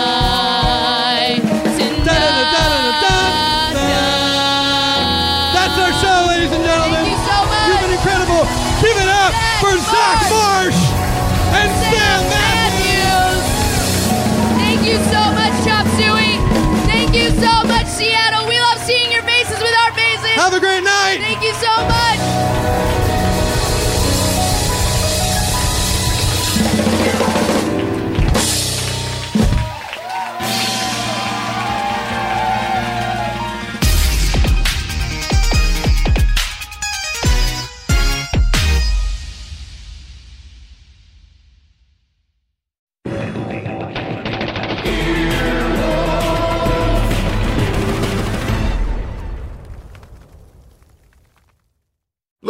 S4: tonight. Da-da-da-da-da-da. That's our show, ladies and gentlemen. Thank you so much. You've been incredible. Give it up for Zach Marsh and Sam Matthews.
S5: Thank you so much, Chop Suey. Thank you so much, Seattle. We love seeing your faces with our faces.
S4: Have a great night.
S5: Thank you so much.